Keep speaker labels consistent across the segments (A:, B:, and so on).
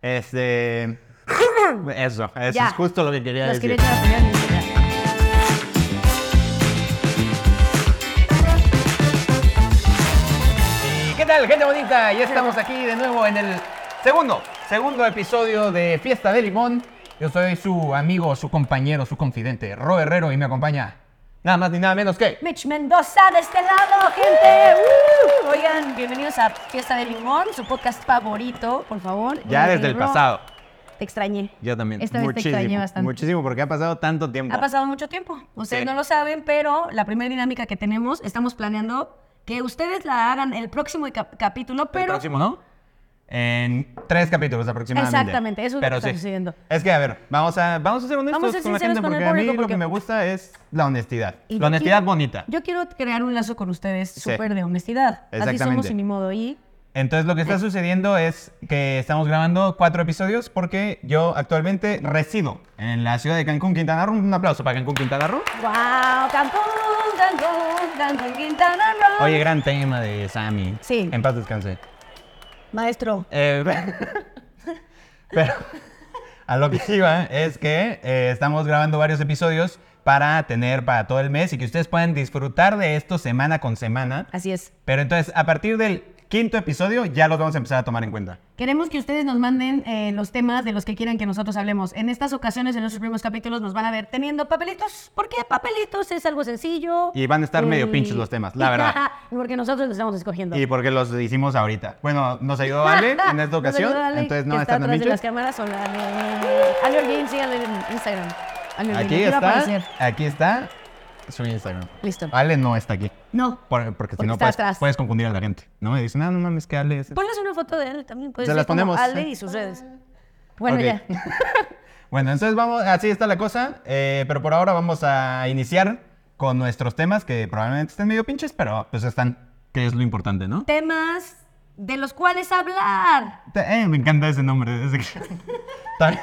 A: Este. Eso, eso
B: Ya.
A: es justo lo que quería
B: Los
A: decir.
B: quería echar a pelear. y ya.
C: ¿Qué tal, gente bonita? Ya estamos aquí de nuevo en el segundo, segundo episodio de Fiesta de Limón. Yo soy su amigo, su compañero, su confidente, Ro Herrero, y me acompaña nada más ni nada menos que...
B: Mitch Mendoza de este lado, gente. ¡Uh! Oigan, bienvenidos a Fiesta de Limón, su podcast favorito, por favor.
A: Ya
B: Eh,
A: desde el
B: Ro,
A: pasado.
B: Te extrañé.
A: Yo también.
B: Esta vez te
A: muchísimo,
B: extrañé bastante.
A: Muchísimo, porque ha pasado tanto tiempo.
B: Ha pasado mucho tiempo. Ustedes
A: Sí.
B: no lo saben, pero la primera dinámica que tenemos, estamos planeando que ustedes la hagan el próximo cap- capítulo,
C: El
B: pero
C: próximo, ¿no? En tres capítulos aproximadamente.
B: Exactamente, eso es lo
C: Pero
B: que está
C: sí.
B: sucediendo.
C: Es que, a ver, vamos a, vamos a ser honestos
B: Vamos a ser
C: con la
B: sinceros
C: gente,
B: con el
C: porque a mí
B: público,
C: lo
B: porque-
C: que me gusta es la honestidad.
B: Y
C: la
B: yo
C: honestidad
B: quiero-
C: bonita.
B: Yo quiero crear un lazo con ustedes
A: Sí.
B: súper de honestidad. Así somos
A: Exactamente.
B: y ni modo. Y
C: Entonces lo que
B: Eh.
C: está sucediendo es que estamos grabando cuatro episodios porque yo actualmente resido en la ciudad de Cancún, Quintana Roo. Un aplauso para Cancún, Quintana Roo.
B: ¡Wow! Cancún, Cancún, Cancún, Quintana Roo.
C: Oye, gran tema de Sammy.
B: Sí.
C: En paz descanse.
B: Maestro,
C: Eh, pero a lo que iba es que eh, estamos grabando varios episodios para tener para todo el mes y que ustedes puedan disfrutar de esto semana con semana.
B: así es.
C: Pero entonces, a partir del quinto episodio ya los vamos a empezar a tomar en cuenta.
B: Queremos que ustedes nos manden eh, los temas de los que quieran que nosotros hablemos. En estas ocasiones, en nuestros primeros capítulos, nos van a ver teniendo papelitos. ¿Por qué papelitos? Es algo sencillo.
A: Y van a estar medio pinches los temas, la verdad.
B: Porque nosotros los estamos escogiendo.
A: Y porque los hicimos ahorita. Bueno, nos ayudó Ale en esta ocasión, entonces no
B: que está
A: están los
B: atrás de las
A: bichos.
B: cámaras. Hola, Ale. Ale Holguín, síganle en Instagram. Ale Holguín,
C: Aquí
B: va a
C: está,
B: aparecer.
C: aquí está su Instagram.
B: Listo.
C: Ale no está aquí,
B: No.
C: por- porque
B: Porque
C: si no
B: está
C: puedes,
B: atrás.
C: puedes confundir a la gente. No me dicen, ah, no mames, que Ale es...
B: Ponles una foto de él también. Puede
A: Se
B: ser
A: las
B: como
A: ponemos,
B: Ale
A: sí.
B: y sus redes. Bueno,
C: Ok.
B: ya.
C: Bueno, entonces vamos, así está la cosa, eh, pero por ahora vamos a iniciar con nuestros temas que probablemente estén medio pinches, pero pues están, que es lo importante, ¿no?
B: Temas de los cuales hablar.
C: Te- eh, me encanta ese nombre. ese que- también,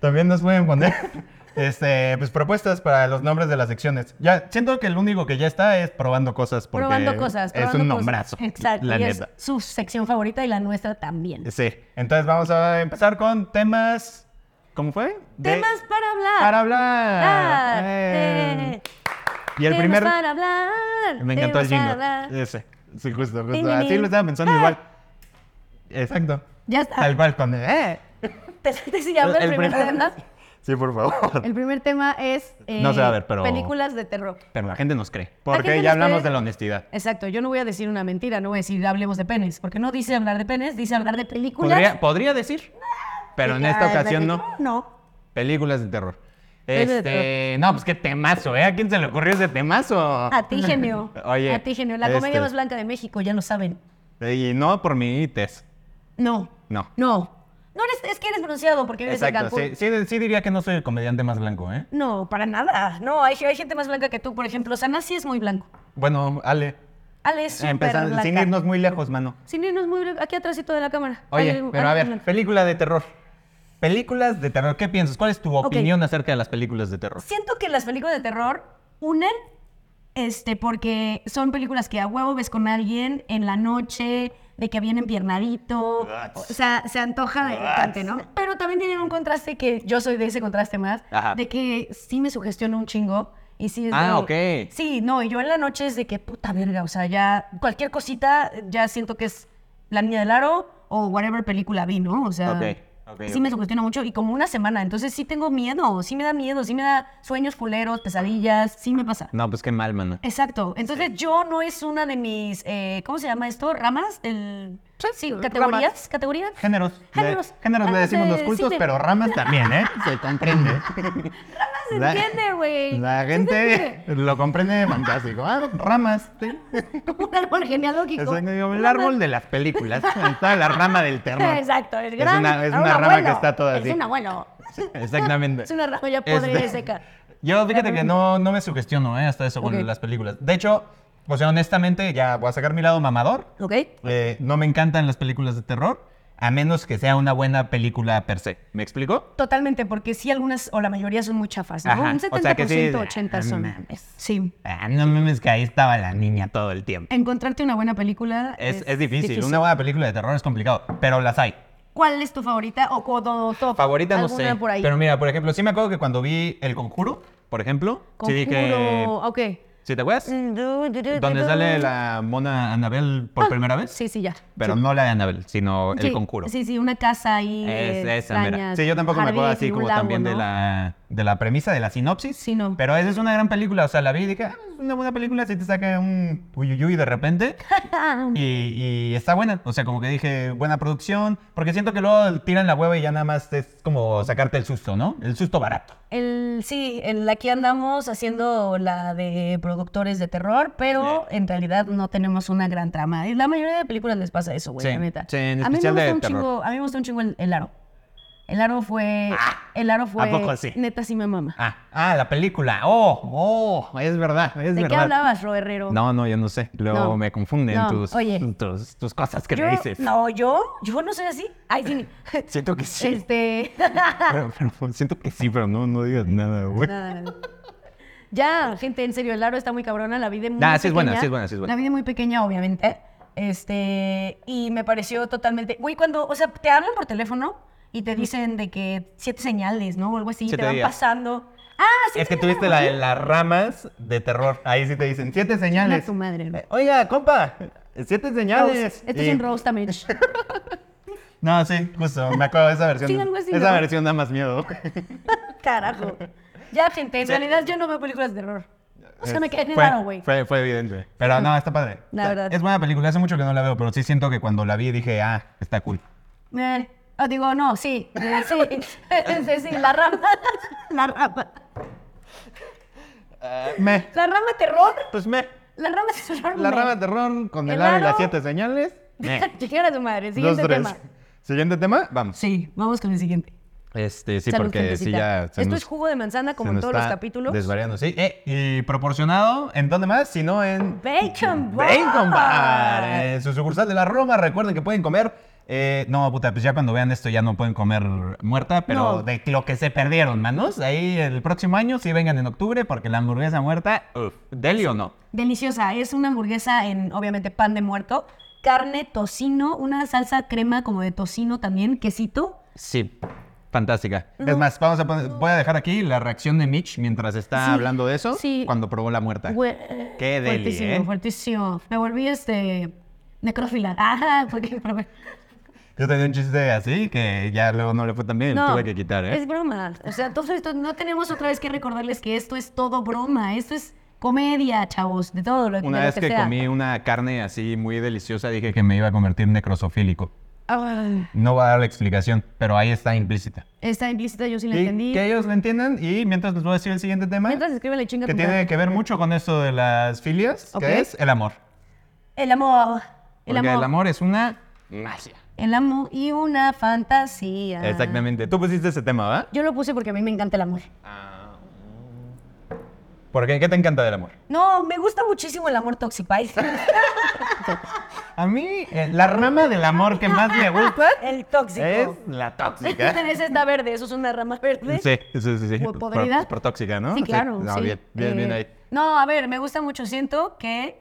C: también nos pueden poner este, pues, propuestas para los nombres de las secciones. Ya, siento que el único que ya está es probando cosas. Porque
B: probando
C: es
B: cosas. probando
C: un
B: cosas.
C: nombrazo.
B: Exacto.
C: La
B: y es
C: neta.
B: su sección favorita y la nuestra también.
A: Sí.
C: Entonces vamos a empezar con temas. ¿Cómo fue? De-
B: Temas para hablar.
C: para hablar.
B: Hablar.
C: Eh.
B: Eh,
A: Y el
B: temas
A: primer.
B: para hablar.
A: Me encantó el
B: temas
A: jingle.
B: para hablar.
A: Ese. Sí, justo,
B: Tin,
A: justo.
B: tin,
A: Así
B: tin.
A: lo estaba pensando
B: Ah.
A: igual.
C: Exacto.
B: Ya está.
C: Tal cual con el, eh.
B: Te, te se llama Ah. el, primer tema.
A: Sí, por favor.
B: El primer tema es eh,
C: No se va a ver, pero-
B: películas de terror.
C: Pero la gente nos cree.
B: gente
A: Porque
B: nos
A: ya hablamos
B: cree-
A: de la honestidad.
B: Exacto, yo no voy a decir una mentira, no voy a decir hablemos de penes, porque no dice hablar de penes, dice hablar de películas.
C: Podría, podría decir, pero en esta
B: Ah, de
C: ocasión no.
B: películas, No.
C: Películas de terror.
B: Películas de
C: Este, no, pues qué temazo, ¿eh? ¿A quién se le ocurrió ese temazo?
B: A ti, genio.
A: Oye,
B: A ti, genio. La comedia
A: este-
B: más blanca de México, ya lo saben.
A: Y no por mi test.
B: No.
A: No.
B: No. No eres, es que eres pronunciado porque vives en
C: Exacto,
B: Cancún.
C: sí, sí, sí diría que no soy el comediante más blanco, ¿eh?
B: No, para nada. No, hay, hay gente más blanca que tú, por ejemplo. Sana sí es muy blanco.
C: Bueno, Ale,
B: Ale es súper
C: empezando,
B: blanca.
C: sin irnos muy lejos, mano.
B: Sin irnos muy blanca. Aquí atrásito de la cámara.
C: Oye,
B: Hay-
C: pero
B: hay-
C: a ver, película de terror. Películas de terror, ¿qué piensas? ¿Cuál es tu
B: Ok.
C: opinión acerca de las películas de terror?
B: Siento que las películas de terror unen este, porque son películas que a huevo ves con alguien en la noche, de que vienen piernadito, o sea, se antoja de bastante, ¿no? Pero también tienen un contraste que yo soy de ese contraste más,
A: Ajá.
B: de que sí me sugestiona un chingo. Y sí es
C: Ah,
B: de-
C: ok.
B: Sí, no, y yo en la noche es de que puta verga, o sea, ya cualquier cosita ya siento que es La Niña del Aro o whatever película vi, ¿no? O sea,
C: Ok, ok,
B: sí
C: ok.
B: me sugestiona mucho y como una semana, entonces sí tengo miedo, sí me da miedo, sí me da sueños culeros, pesadillas, sí me pasa.
C: No, pues qué mal, mano.
B: Exacto. Entonces yo no es una de mis, eh, ¿cómo se llama esto? ¿Ramas? El... Sí, categorías, categorías.
C: Géneros.
B: Géneros.
C: Le, géneros le
B: Ramas
C: decimos
B: de
C: los cultos,
B: cine.
C: pero ramas también, ¿eh? Se comprende.
B: Ah, se
A: La-
B: entiende, güey.
A: La
B: Sí se
A: gente
B: entiende.
A: lo comprende fantástico. Ah, ramas. sí.
B: Un árbol genealógico.
A: Exacto, digo, El árbol de las películas. Está la rama del terror.
B: Exacto, el
A: Es
B: gran-
A: una- es
B: ah, un
A: una rama
B: abuelo.
A: que está toda así.
B: Es un abuelo.
C: Exactamente.
B: Es una rama ya podrida y
C: Este,
B: seca.
C: Yo fíjate que no, no me sugestiono eh, hasta eso con
B: Ok.
C: las películas. De hecho, o sea, honestamente, ya voy a sacar mi lado mamador.
B: ¿Ok?
C: Eh, no me encantan las películas de terror, a menos que sea una buena película per se. ¿Me explico?
B: Totalmente, porque sí algunas o la mayoría son muy chafas. ¿no?
C: Ajá,
B: Un
C: o
B: 70%,
C: sea que sí,
B: 80
C: ah,
B: son.
C: mames.
B: Sí.
C: Ah, no mames, que ahí estaba la niña todo el tiempo.
B: Encontrarte una buena película
C: Es, es difícil. Una buena película de terror es complicado, pero las hay.
B: ¿Cuál es tu favorita o codo top?
C: Favorita no
B: ¿Alguna
C: sé.
B: por ahí?
C: Pero mira, por ejemplo, sí me acuerdo que cuando vi El Conjuro, por ejemplo, sí dije.
B: Conjuro, ok.
C: ¿Sí te acuerdas? Donde
B: ¿Dónde
C: sale la mona Anabel por primera vez.
B: Ah, Sí, sí, ya.
C: Pero no la de Anabel, sino
B: Sí,
C: El Conjuro.
B: Sí, sí, una casa ahí.
C: Es
B: eh,
C: esa, mira.
B: extraña,
C: Sí, yo tampoco me
B: jardín
C: acuerdo así
B: y un
C: como
B: lago,
C: también de
B: ¿no?
C: la, de la premisa, de la sinopsis.
B: Sí, no.
C: Pero esa es una gran película, o sea, la vi y dije, "Ah, es una buena película, si te saca un uyuyuy de repente.
B: Ah,
C: Y, y está buena, o sea, como que dije, buena producción, porque siento que luego tiran la hueva y ya nada más es como sacarte el susto, ¿no? El susto barato.
B: El, sí, en la que andamos haciendo la de productores de terror, pero en realidad no tenemos una gran trama. Y la mayoría de películas les pasa eso, güey,
C: Sí,
B: la neta.
C: sí, en
B: a mí me
C: especial de
B: gusta un
C: terror.
B: chingo, a mí me gusta un chingo el, el aro. El aro fue, el aro fue,
C: Ah, poco sí?
B: neta sí me mama.
C: Ah, ah, la película, oh, oh, es verdad, es
B: ¿De
C: verdad.
B: qué hablabas, Ro Herrero?
C: No, no, yo no sé, luego
B: No.
C: me confunden
B: No,
C: tus,
B: oye.
C: tus, tus cosas que
B: Yo-
C: me dices.
B: no, yo, yo no soy así. Ay, sí.
C: Siento que sí.
B: Este,
C: Pero, pero siento que sí, pero no, no digas nada, güey.
B: Nada. Ya, gente, en serio, el aro está muy cabrona, la vi de muy
C: Nah, sí es buena,
B: pequeña.
C: sí es buena, sí es buena.
B: La vi de muy pequeña, obviamente. Este, y me pareció totalmente. Güey, cuando, o sea, te hablan por teléfono y te dicen de que siete señales, ¿no? O algo así,
C: Siete
B: te van
C: días. Este,
B: pasando. Ah, sí.
C: Es que tuviste la- las ramas de terror. Ahí sí te dicen siete señales.
B: tu madre, ¿no?
C: Eh, Oiga, compa, siete
B: Rose.
C: señales.
B: Esto
C: Y-
B: este es un roast también.
C: No, sí, justo. Me acuerdo de esa versión.
B: Sí, algo así,
C: esa
B: ¿no?
C: versión da más miedo.
B: Carajo. Ya, gente, en
C: Sí.
B: realidad yo no veo películas de terror. O sea, me quedé en el
C: Fue-
B: aro, güey.
C: Fue, fue evidente. Pero no, está padre.
B: La verdad.
C: Es buena película. Hace mucho que no la veo, pero sí siento que cuando la vi dije, ah, está cool.
B: Eh, ah, digo, no, sí, eh, sí, sí, sí, la rama, la rama, Ah.
C: me.
B: la rama terror,
C: Pues me.
B: la rama terror.
C: La
B: me-
C: rama terror con el,
B: El
C: aro y las
B: aro.
C: siete señales. Me.
B: Llegar a tu madre,
C: Dos,
B: siguiente
C: tres.
B: tema.
C: Siguiente tema, vamos.
B: Sí, vamos con el siguiente.
C: Este, sí,
B: Salud,
C: porque sí
B: gentecita.
C: ya. se
B: Esto
C: nos-
B: es jugo de manzana, como
C: Se
B: en
C: nos
B: todos los
C: está
B: capítulos.
C: Desvariando, sí. Eh, y proporcionado, ¿en dónde más? Sino en
B: Bacon Bar.
C: Bacon Bar. En su sucursal de la Roma. Recuerden que pueden comer. eh, no, puta, pues ya cuando vean esto ya no pueden comer muerta, pero
B: No.
C: de lo que se perdieron, manos. Ahí el próximo año sí vengan en octubre porque la hamburguesa muerta, uff, deli o no.
B: Deliciosa, es una hamburguesa en, obviamente, pan de muerto, carne, tocino, una salsa crema como de tocino también, quesito.
C: Sí, fantástica. Es más, vamos a poner- voy a dejar aquí la reacción de Mitch mientras está
B: Sí,
C: hablando de eso
B: sí.
C: cuando probó la muerta.
B: Hue-
C: Qué deli,
B: fuertísimo,
C: ¿eh?
B: fuertísimo. Me volví este necrófila. Ajá, porque probé.
C: Yo tenía un chiste así que ya luego no le fue tan bien,
B: No,
C: tuve que quitar, ¿eh?
B: Es broma. O sea, todo esto no tenemos otra vez que recordarles que esto es todo broma. Esto es comedia, chavos, de todo lo, de
C: Una
B: lo
C: vez que
B: sea.
C: comí una carne así muy deliciosa, dije que me iba a convertir en necrosofílico.
B: Ay,
C: No va a dar la explicación, pero ahí está implícita.
B: está implícita, yo sí la
C: Y
B: entendí.
C: que ellos lo entiendan y mientras les voy a decir el siguiente tema,
B: Mientras escribe la chinga
C: que
B: tu madre.
C: tiene que ver mucho con esto de las filias,
B: Ok.
C: que es el amor.
B: El amor. El
C: Porque
B: amor.
C: el amor es una magia.
B: El amo y una fantasía.
C: Exactamente. Tú pusiste ese tema, ¿verdad?
B: Yo lo puse porque a mí me encanta el amor.
C: ¿Por qué? ¿Qué te encanta del amor?
B: No, me gusta muchísimo el amor Toxipay.
C: A mí, eh, la rama del amor que más me gusta
B: el tóxico.
C: es la tóxica.
B: Esa está verde, eso es una rama verde.
C: Sí, sí, sí. sí.
B: ¿Por-
C: Por-
B: podrida?
C: Por, tóxica, ¿no?
B: Sí, claro.
C: No,
B: sí.
C: Bien, bien,
B: Eh,
C: bien ahí.
B: No, a ver, me gusta mucho. Siento que.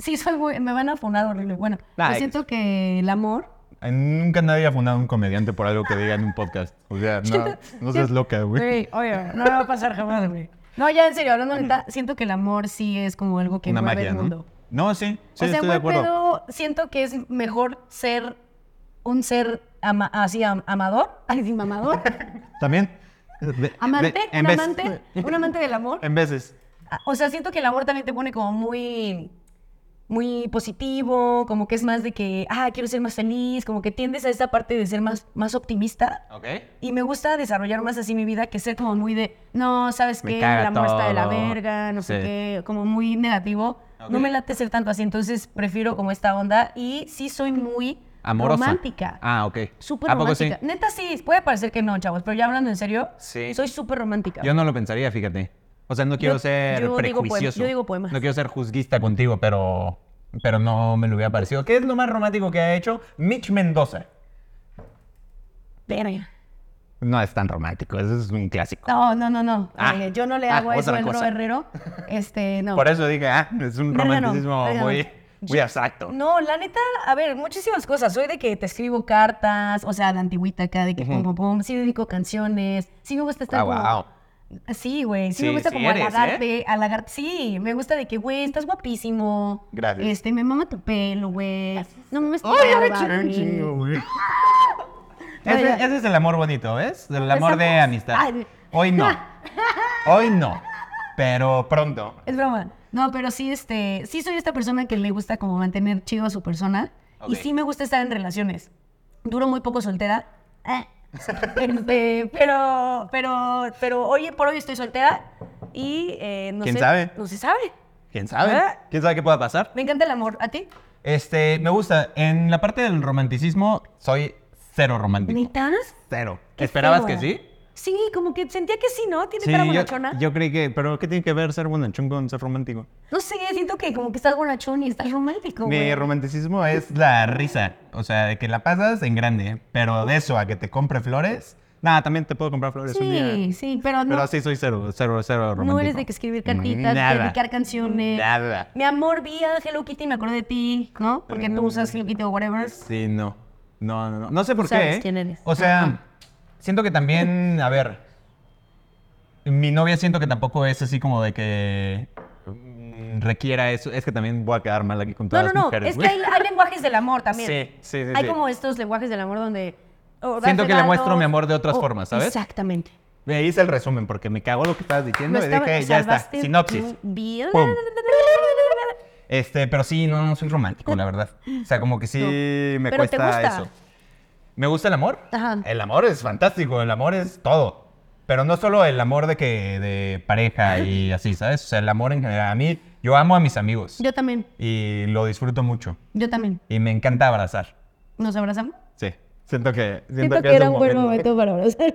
B: Sí, soy muy. Me van a funar horrible. Bueno,
C: Nah,
B: yo
C: X.
B: siento que el amor.
C: Ay, Nunca nadie ha fundado un comediante por algo que diga en un podcast. O sea, no, no seas loca, güey.
B: Güey, oye, no me va a pasar jamás, güey. No, ya en serio, hablando neta, siento que el amor sí es como algo que
C: Una
B: mueve
C: magia,
B: el mundo.
C: ¿no? No, sí, sí,
B: o sea,
C: estoy de
B: buen
C: acuerdo.
B: pedo, siento que es mejor ser un ser ama- así am- amador, ay, sí, mamador,
C: También. eh, De-
B: amante,
C: de-
B: un
C: vez-
B: amante, un amante del amor.
C: En veces.
B: Ah, O sea, siento que el amor también te pone como muy, muy positivo, como que es más de que, ah, quiero ser más feliz, como que tiendes a esa parte de ser más, más optimista.
C: Ok.
B: Y me gusta desarrollar más así mi vida que ser como muy de, no, ¿sabes
C: Me
B: qué?
C: caga
B: El amor está de la
C: todo".
B: verga, no sé
C: Sí.
B: qué, como muy negativo.
C: Ok.
B: No me late ser tanto así, entonces prefiero como esta onda y sí soy muy
C: Amorosa.
B: romántica.
C: Ah, ok.
B: Súper
C: ¿A poco
B: romántica.
C: sí?
B: Neta sí, puede parecer que no, chavos, pero ya hablando en serio,
C: Sí.
B: soy súper romántica.
C: Yo no lo pensaría, fíjate. O sea, no quiero
B: Yo-
C: ser
B: yo digo poem-
C: prejuicioso.
B: yo digo poemas.
C: No quiero ser juzguista contigo, pero, pero no me lo hubiera parecido. ¿Qué es lo más romántico que ha hecho Mitch Mendoza?
B: Verga.
C: No es tan romántico, eso es un clásico.
B: No, no, no, no.
C: Ah,
B: Oye, yo no le
C: ah,
B: hago eso
C: otra
B: al Ro
C: cosa.
B: Herrero. Este, no.
C: Por eso dije, ah, es un
B: Verga no,
C: romanticismo
B: verga no.
C: muy, Muy exacto.
B: No, la neta, a ver, muchísimas cosas. Soy de que te escribo cartas, o sea, la antigüita acá, de que pum, pum, pum. Sí, dedico canciones. Sí, me gusta estar
C: Ah,
B: como-
C: wow.
B: Sí, güey. Sí,
C: Sí,
B: me gusta
C: sí
B: como
C: eres, ¿eh?
B: halagarte, halagar- Sí, me gusta de que, güey, estás guapísimo.
C: Gracias.
B: Este, me mama tu pelo, güey. No mames tu
C: Ay, ya me
B: barba,
C: eché un
B: güey.
C: chingo, güey.
B: Vaya.
C: Ese, ese es el amor bonito, ¿ves? El amor de
B: Empezamos.
C: amistad.
B: Ay.
C: Hoy no. Hoy no. Pero pronto.
B: Es broma. No, pero sí, este, sí soy esta persona que le gusta como mantener chido a su persona.
C: Ok.
B: Y sí me gusta estar en relaciones. Duro muy poco soltera. Eh. Este, pero, pero, pero hoy por hoy estoy soltera y eh, no
C: ¿Quién
B: sé-
C: sabe?
B: No se sabe.
C: ¿Quién sabe?
B: Ah.
C: ¿Quién sabe qué pueda pasar?
B: Me encanta el amor. ¿A ti?
C: Este, me gusta. En la parte del romanticismo, soy cero romántico.
B: ¿Bonitas?
C: Cero.
B: Qué
C: ¿Esperabas
B: feo,
C: que
B: güey.
C: sí?
B: Sí, como que sentía que sí, ¿no? Tiene cara
C: yo,
B: bonachona.
C: yo creí que. ¿Pero qué tiene que ver ser bonachón con ser romántico?
B: No sé, siento que como que estás bonachón y estás romántico,
C: Mi
B: güey.
C: romanticismo es la risa. O sea, de que la pasas en grande. Pero de eso a que te compre flores. Nada, también te puedo comprar flores un día.
B: Sí, sí, pero no,
C: Pero así soy cero, cero, cero romántico.
B: no eres de que escribir cartitas,
C: Nada.
B: dedicar canciones.
C: Nada.
B: Mi amor, vi a Hello Kitty y me acordé de ti, ¿no? Porque no usas Hello Kitty o whatever.
C: Sí, no. No, no, no. No sé por
B: Sabes
C: qué. ¿eh?
B: quién eres.
C: O sea, siento que también, a ver, mi novia siento que tampoco es así como de que mm, requiera eso. Es que también voy a quedar mal aquí con
B: No,
C: todas
B: no,
C: las
B: no.
C: mujeres.
B: es que
C: güey.
B: hay, hay lenguajes del amor también.
C: Sí, sí, sí,
B: Hay
C: sí.
B: como estos lenguajes del amor donde. oh, o das
C: Siento que le muestro
B: regalos,
C: mi amor de otras
B: o-
C: formas, ¿sabes?
B: oh, Exactamente.
C: Me hice el resumen porque me cagó lo que estabas diciendo
B: No
C: y
B: estaba-
C: dije, ya está,
B: salvaste
C: sinopsis.
B: tu vida.
C: Pum. Este, pero sí, no, no soy romántico, la verdad. O sea, como que sí me
B: Pero
C: cuesta
B: te gusta.
C: eso. ¿Me gusta el amor?
B: Ajá.
C: El amor es fantástico, el amor es todo. Pero no solo el amor de que de pareja y así, ¿sabes? O sea, el amor en general. A mí, yo amo a mis amigos
B: Yo también,
C: y lo disfruto mucho.
B: yo también.
C: Y me encanta abrazar.
B: ¿Nos abrazamos?
C: Sí. Siento que, siento
B: Siento
C: que
B: que
C: es
B: era
C: un
B: un buen
C: momento.
B: momento para abrazar.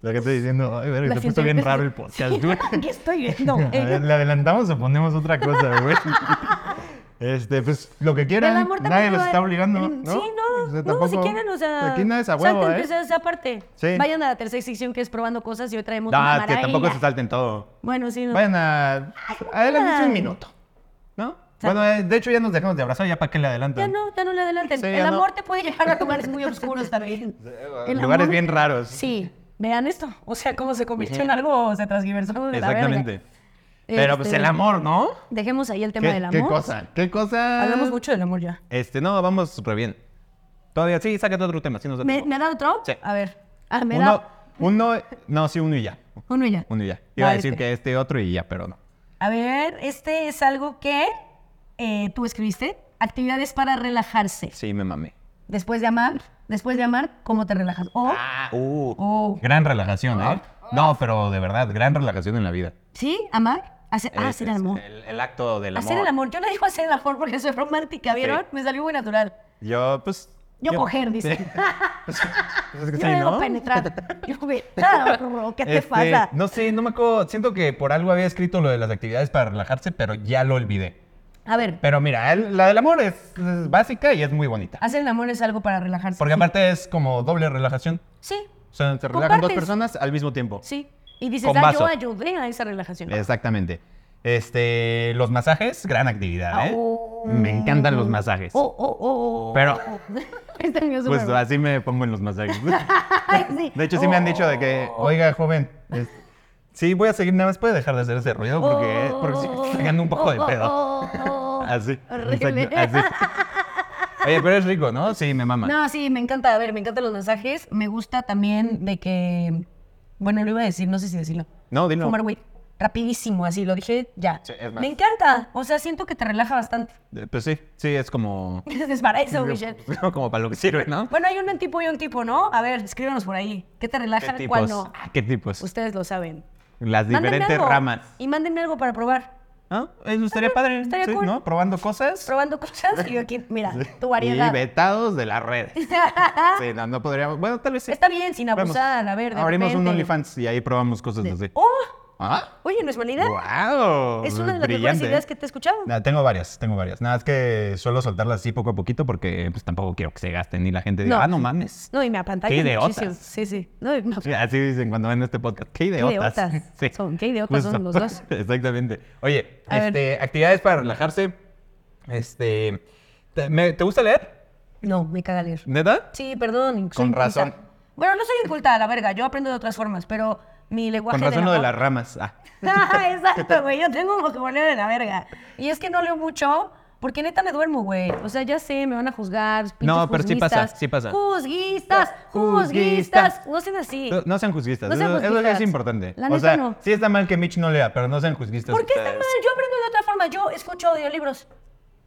C: La gente diciendo, ay, verga,
B: La
C: se
B: gente-
C: puso bien raro el podcast, güey.
B: ¿Qué estoy viendo? eh.
C: A ver, ¿Le adelantamos o ponemos otra cosa, güey? Este, pues lo que
B: El
C: quieran,
B: amor también
C: nadie
B: lo
C: los
B: es-
C: está obligando,
B: Mm,
C: ¿no?
B: Sí, no.
C: O sea,
B: no, si
C: tampoco-
B: quieren, o sea.
C: Aquí nadie es a huevo,
B: salten
C: ¿eh?
B: esa, esa parte.
C: Sí.
B: Vayan a la tercera sección que es probando cosas y hoy traemos
C: No,
B: una
C: es que tampoco
B: maravilla.
C: se salten todo.
B: Bueno, sí, no.
C: Vayan a. Adelántense un minuto, ¿no? Bueno, eh, de hecho ya nos dejamos de abrazar, ya para que le
B: Ya
C: adelantan.
B: no, ya no le adelanten.
C: Sí,
B: el
C: ya no.
B: amor te puede llevar a lugares muy oscuros también. El
C: Lugares
B: amor-
C: bien raros.
B: Sí. Vean esto. O sea, cómo se convirtió en algo, se transgiversó de la verga.
C: Exactamente. Pero pues
B: Este,
C: el amor, ¿no?
B: Dejemos ahí el tema del
C: ¿Qué,
B: amor.
C: qué cosa? ¿Qué cosa?
B: Hablamos mucho del amor ya.
C: Este, no, vamos súper bien. Todavía, sí, sácate otro tema, si nos da
B: ¿Me,
C: tiempo.
B: ¿Me da otro?
C: Sí.
B: A ver. Ah, me
C: Uno,
B: da
C: uno, no, sí, uno y ya.
B: uno y ya.
C: Uno y ya. Iba a
B: Ah,
C: decir
B: este.
C: que este otro y ya, pero no.
B: A ver, este es algo que eh, tú escribiste. Actividades para relajarse.
C: Sí, me mamé.
B: Después de amar, después de amar, ¿cómo te relajas? O,
C: Ah,
B: o
C: Gran relajación, ¿eh?
B: Ah.
C: No, pero de verdad, gran relajación en la vida.
B: ¿sí? Amar. Hacer, ah, hacer el amor.
C: El, Eh, el acto del amor.
B: Hacer el amor. Yo le digo hacer el amor porque soy romántica, ¿vieron?
C: Sí.
B: Me salió muy natural.
C: Yo, pues.
B: Yo coger, dice.
C: Pues es que
B: Yo
C: sí,
B: le digo
C: ¿no?
B: penetrar. Yo me- Ah, burro, ¿Qué te
C: Este,
B: pasa?
C: No sé, no me acuerdo. Siento que por algo había escrito lo de las actividades para relajarse, pero ya lo olvidé.
B: A ver,
C: Pero mira, el- la del amor es, es básica y es muy bonita.
B: hacer el amor es algo para relajarse.
C: Porque aparte es como doble relajación.
B: Sí,
C: O sea, se relajan dos
B: Compartes.
C: personas al mismo tiempo.
B: sí. Y dices,
C: Con
B: ah, yo
C: vaso.
B: ayudé a esa relajación.
C: Exactamente. Este, los masajes, gran actividad, ¿eh?
B: Oh.
C: Me encantan los masajes.
B: Oh, oh, oh, oh.
C: Pero-
B: Este mío es
C: Pues
B: nuevo.
C: así me pongo en los masajes.
B: Ay, sí.
C: De hecho, sí me han dicho de que,
B: Oh.
C: oiga, joven, es- sí, voy a seguir, nada más puede dejar de hacer ese ruido
B: Oh,
C: porque, porque sí, estoy sacando un poco de pedo. Así.
B: Horrible.
C: exacto, así. Oye, pero es rico, ¿no? Sí, me mama.
B: No, sí, me encanta. A ver, me encantan los mensajes. Me gusta también de que. Bueno, lo iba a decir, no sé si decirlo.
C: No, dilo.
B: Fumar weed. Rapidísimo, así lo dije ya.
C: Sí, es más.
B: me encanta. O sea, siento que te relaja bastante.
C: Eh, Pues sí, sí, es como...
B: Es para eso, Michelle.
C: Como para lo que sirve, ¿no?
B: Bueno, hay un tipo y un tipo, ¿no? A ver, escríbanos por ahí. ¿Qué te
C: ¿Qué
B: relaja? ¿Cuál
C: tipos? Ah,
B: no?
C: ¿Qué tipos?
B: Ustedes lo saben.
C: Las
B: Mándenme
C: diferentes
B: Pues, algo.
C: ramas.
B: Y mándenme algo para probar.
C: ¿Ah? Eso estaría padre,
B: estaría
C: sí,
B: cool.
C: ¿no? Probando cosas.
B: Probando cosas y yo aquí, mira, tu
C: Y
B: variedad.
C: vetados de las redes. Sí, no, no podríamos. Bueno, tal vez sí.
B: Está bien, sin
C: Vamos.
B: abusar. A ver, de
C: Abrimos un
B: repente.
C: OnlyFans y ahí probamos cosas así.
B: ¡Oh!
C: ¿Ah?
B: Oye, ¿no es mala idea?
C: ¡Wow!
B: Es una de las mejores
C: Brillante,
B: ideas
C: ¿eh?
B: que te he escuchado.
C: Nah, tengo varias, tengo varias. Nada, es que suelo soltarlas así poco a poquito porque pues, tampoco quiero que se gasten y la gente diga,
B: No.
C: ah, no mames.
B: No, y me apantallan
C: Qué idiotas.
B: muchísimo. Sí, sí. No, y me
C: Sí, Así dicen cuando ven este podcast. ¡Qué idiotas!
B: idiotas
C: Sí,
B: son, qué idiotas son los dos.
C: Exactamente. Oye,
B: A ver.
C: este, actividades para relajarse. Este, ¿te, me- ¿te gusta leer?
B: No, me caga leer.
C: ¿Neta?
B: Sí, perdón. soy
C: Con razón.
B: inculta. Bueno, no soy inculta, la verga. Yo aprendo de otras formas, pero mi lenguaje.
C: Con razón lo de
B: la
C: las ramas. Ah.
B: Ah, Exacto, güey. Yo tengo un vocabulario de la verga. Y es que no leo mucho porque neta me duermo, güey. O sea, ya sé, me van a juzgar. pinches
C: No, pero sí pasa,
B: juzguistas.
C: sí pasa.
B: Juzguistas,
C: Juzguistas.
B: juzguistas. No sean así.
C: No- No sean juzguistas.
B: No sean
C: eso- Eso,
B: juzguistas.
C: es importante.
B: La
C: o
B: neta,
C: sea,
B: no.
C: sí está mal que Mitch no lea, pero no sean juzguistas.
B: ¿Por qué está mal?
C: ustedes.
B: Yo aprendo de otra forma. Yo escucho audiolibros.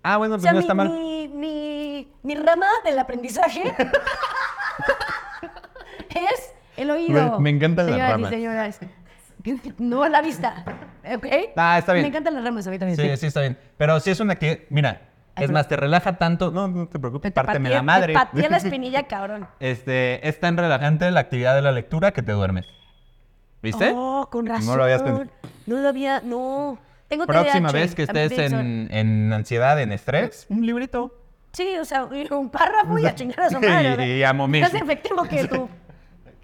C: Ah, bueno,
B: O
C: pues
B: sea,
C: no
B: mi,
C: está mal.
B: mi, mi, mi rama del aprendizaje es el
C: Me-
B: oído.
C: me encantan las
B: señoras
C: ramas.
B: Y señoras. No la vista. ¿Ok?
C: Ah, está bien.
B: Me encantan las ramas a mí también.
C: Sí, sí, está bien. Pero sí es una que, mira,
B: Ay,
C: es
B: pero-
C: más, te relaja tanto. No, no te preocupes,
B: Te- te
C: párteme
B: pateé-
C: la madre.
B: Te pateé la espinilla, cabrón.
C: Este, es tan relajante la actividad de la lectura que te duermes. ¿Viste?
B: Oh, con razón.
C: No lo habías pensado.
B: No lo había, no. Tengo
C: Próxima
B: TDAH,
C: vez que estés
B: también soy-
C: en, en ansiedad, en estrés, un librito.
B: Sí, o sea, un párrafo y a chingar a su madre.
C: Y- y amo
B: Más
C: mismo.
B: efectivo que tú.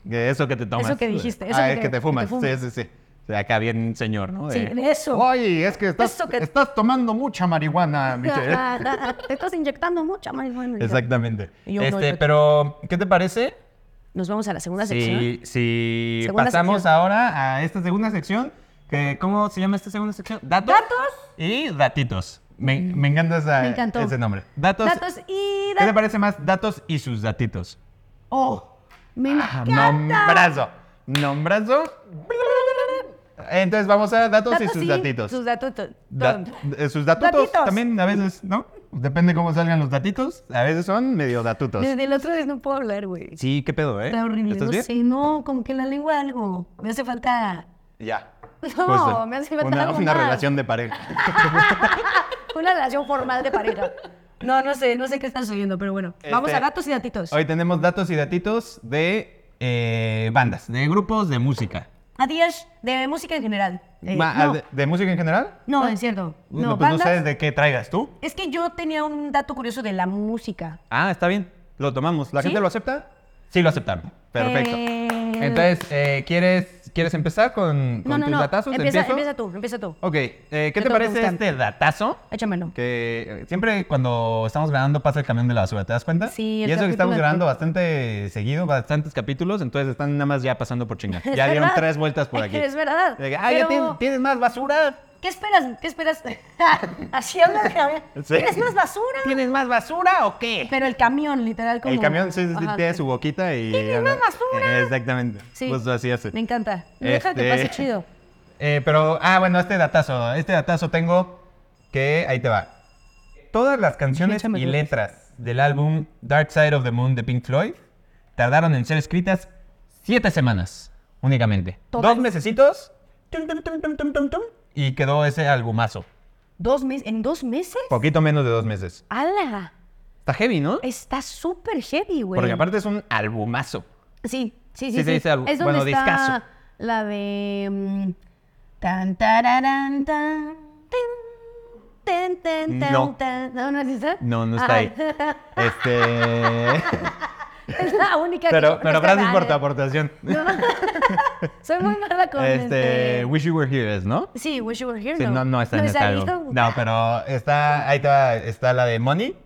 C: De Eso que te tomas.
B: Eso que dijiste, eso
C: ah,
B: que
C: es
B: te-
C: que te fumas.
B: que te
C: Sí, sí, sí. O sea, Acá bien señor, ¿no?
B: Sí,
C: De-
B: eso.
D: Oye, es que estás,
B: Eso que-
D: estás tomando mucha marihuana, Michelle.
B: Ah, ah, ah, Te estás inyectando mucha marihuana.
C: Exactamente.
B: Y yo no,
C: Este,
B: yo-
C: pero, ¿qué te parece
B: Nos vamos a la segunda sección.
C: si, si
B: Segunda
C: pasamos
B: sección.
C: ahora a esta segunda sección? Que, ¿Cómo se llama esta segunda sección? ¿Datos?
B: Datos.
C: Y datitos. Me, me encanta esa-
B: Me encantó.
C: ese nombre. Datos.
B: Datos y
C: ¿Qué te
B: datos.
C: parece más? Datos y sus datitos.
B: Oh, me
C: Ah,
B: encanta.
C: Nombrazo. Nombrazo. Entonces vamos a datos, y sus datitos.
B: Sus datitos.
C: Da- eh, sus datutos
B: Datitos.
C: también a veces, ¿no? Depende cómo salgan los datitos. A veces son medio datutos.
B: Desde el otro vez no puedo hablar, güey.
C: Sí, qué pedo, ¿eh?
B: Está horrible.
C: ¿Estás
B: No
C: bien?
B: sé, no, como que la lengua algo. Me hace falta
C: Ya.
B: No, me hace falta
C: Pues, eh, una,
B: algo
C: una
B: más.
C: relación de pareja.
B: Una relación formal de pareja. No, no sé, no sé qué están subiendo, pero bueno. Vamos
C: Este,
B: a datos y datitos.
C: Hoy tenemos datos y datitos de eh, bandas, de grupos de música.
B: A días de música en general. Eh,
C: Ma-
B: no,
C: de, de música en general?
B: no, es cierto. No,
C: pues no
B: bandas-
C: sabes de qué traigas tú.
B: Es que yo tenía un dato curioso de la música.
C: Ah, está bien. Lo tomamos. ¿La
B: ¿Sí?
C: gente lo acepta? Sí, lo aceptaron. Perfecto.
B: Eh,
C: Entonces, eh, ¿quieres, ¿quieres empezar con, con
B: no, no,
C: tus
B: no.
C: datazos?
B: Empieza,
C: ¿Empiezo?
B: empieza tú, empieza tú.
C: Ok, eh, ¿qué te
B: Yo creo que
C: parece
B: está-
C: este datazo?
B: Échamelo.
C: Que eh, siempre cuando estamos grabando pasa el camión de la basura, ¿te das cuenta?
B: Sí,
C: Y
B: el
C: eso que
B: capítulo
C: estamos
B: de-
C: grabando bastante seguido, bastantes capítulos, entonces están nada más ya pasando por chingar.
B: Es
C: Ya dieron
B: verdad.
C: tres vueltas por aquí.
B: Es verdad.
C: De que, Ah, ya
B: Pero-
C: tienes, tienes más basura.
B: ¿Qué esperas? ¿Qué esperas? Así habla el camión.
C: Sí.
B: ¿Tienes más basura?
C: ¿Tienes más basura o qué?
B: Pero el camión, literal, como...
C: El camión sí, sí,
B: Ajá.
C: tiene su boquita y...
B: ¿Tienes más basura?
C: Exactamente.
B: Sí.
C: Justo así hace.
B: Me encanta. Deja que
C: Este-
B: pase chido.
C: Eh, pero, ah, bueno, este datazo. Este datazo tengo que. Ahí te va. Todas las canciones
B: Échame
C: y
B: tú.
C: letras del álbum Dark Side of the Moon de Pink Floyd tardaron en ser escritas siete semanas únicamente.
B: Todas.
C: Dos mesecitos tum, tum, tum, tum, tum, tum, tum, y quedó ese albumazo.
B: ¿Dos meses? ¿En dos meses?
C: Poquito menos de dos meses.
B: ¡Hala!
C: Está heavy, ¿no?
B: Está súper heavy, güey.
C: Porque aparte es un albumazo.
B: Sí, sí, sí.
C: Sí, se dice algo.
B: Es
C: Bueno,
B: donde está
C: discazo.
B: la de... mm, Tan, tararán, tan, tin, ten, ten, tan,
C: No.
B: tan. ¿No, no es esa?
C: No, no está
B: Ah,
C: ahí. Este.
B: es la única que
C: pero,
B: conozco
C: pero gracias por tu
B: real.
C: aportación.
B: ¿eh? Soy muy mala con este...
C: Este. Wish You Were Here, es, ¿no?
B: Sí, Wish You Were Here,
C: Sí, no, no está en
B: ¿No
C: el
B: está
C: álbum.
B: listo?
C: No, pero está, ahí está, está la de Money.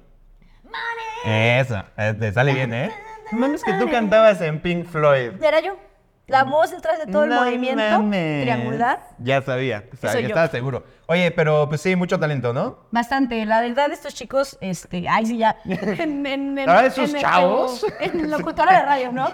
C: ¡Money! Eso, eh, te sale bien, ¿eh? Mames que tú cantabas en Pink Floyd.
B: ¿Era yo? La voz detrás de todo el
C: No
B: movimiento
C: mames.
B: triangular.
C: Ya sabía, o sea,
B: Soy
C: ya
B: yo.
C: estaba seguro. Oye, pero pues sí, mucho talento, ¿no?
B: Bastante, la verdad, estos chicos, este, ay, sí, ya. En, en, en-
C: La verdad, esos
B: en- en-
C: chavos.
B: En locutora de radio, ¿no? No,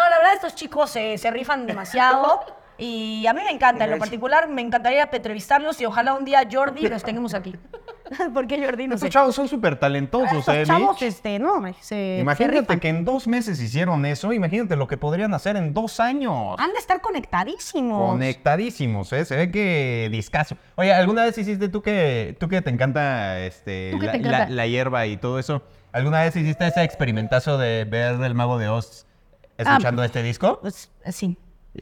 B: la verdad, estos chicos eh, se rifan demasiado. Y a mí me encanta, en lo particular, me encantaría entrevistarlos y ojalá un día Jordi los tengamos aquí. ¿Por qué Jordi? No
C: Estos
B: sé.
C: chavos son súper talentosos,
B: Estos
C: ¿eh?
B: chavos,
C: Mitch?
B: este, no, me- se, se
C: Imagínate
B: rifan.
C: que en dos meses hicieron eso, imagínate lo que podrían hacer en dos años.
B: Han de estar conectadísimos.
C: Conectadísimos, ¿eh? Se ve que discaso. Oye, ¿alguna vez hiciste tú que, tú que te encanta, este,
B: Tú que
C: la,
B: te encanta.
C: la- la hierba y todo eso? ¿Alguna vez hiciste ese experimentazo de ver El Mago de Oz escuchando este disco?
B: Pues, sí.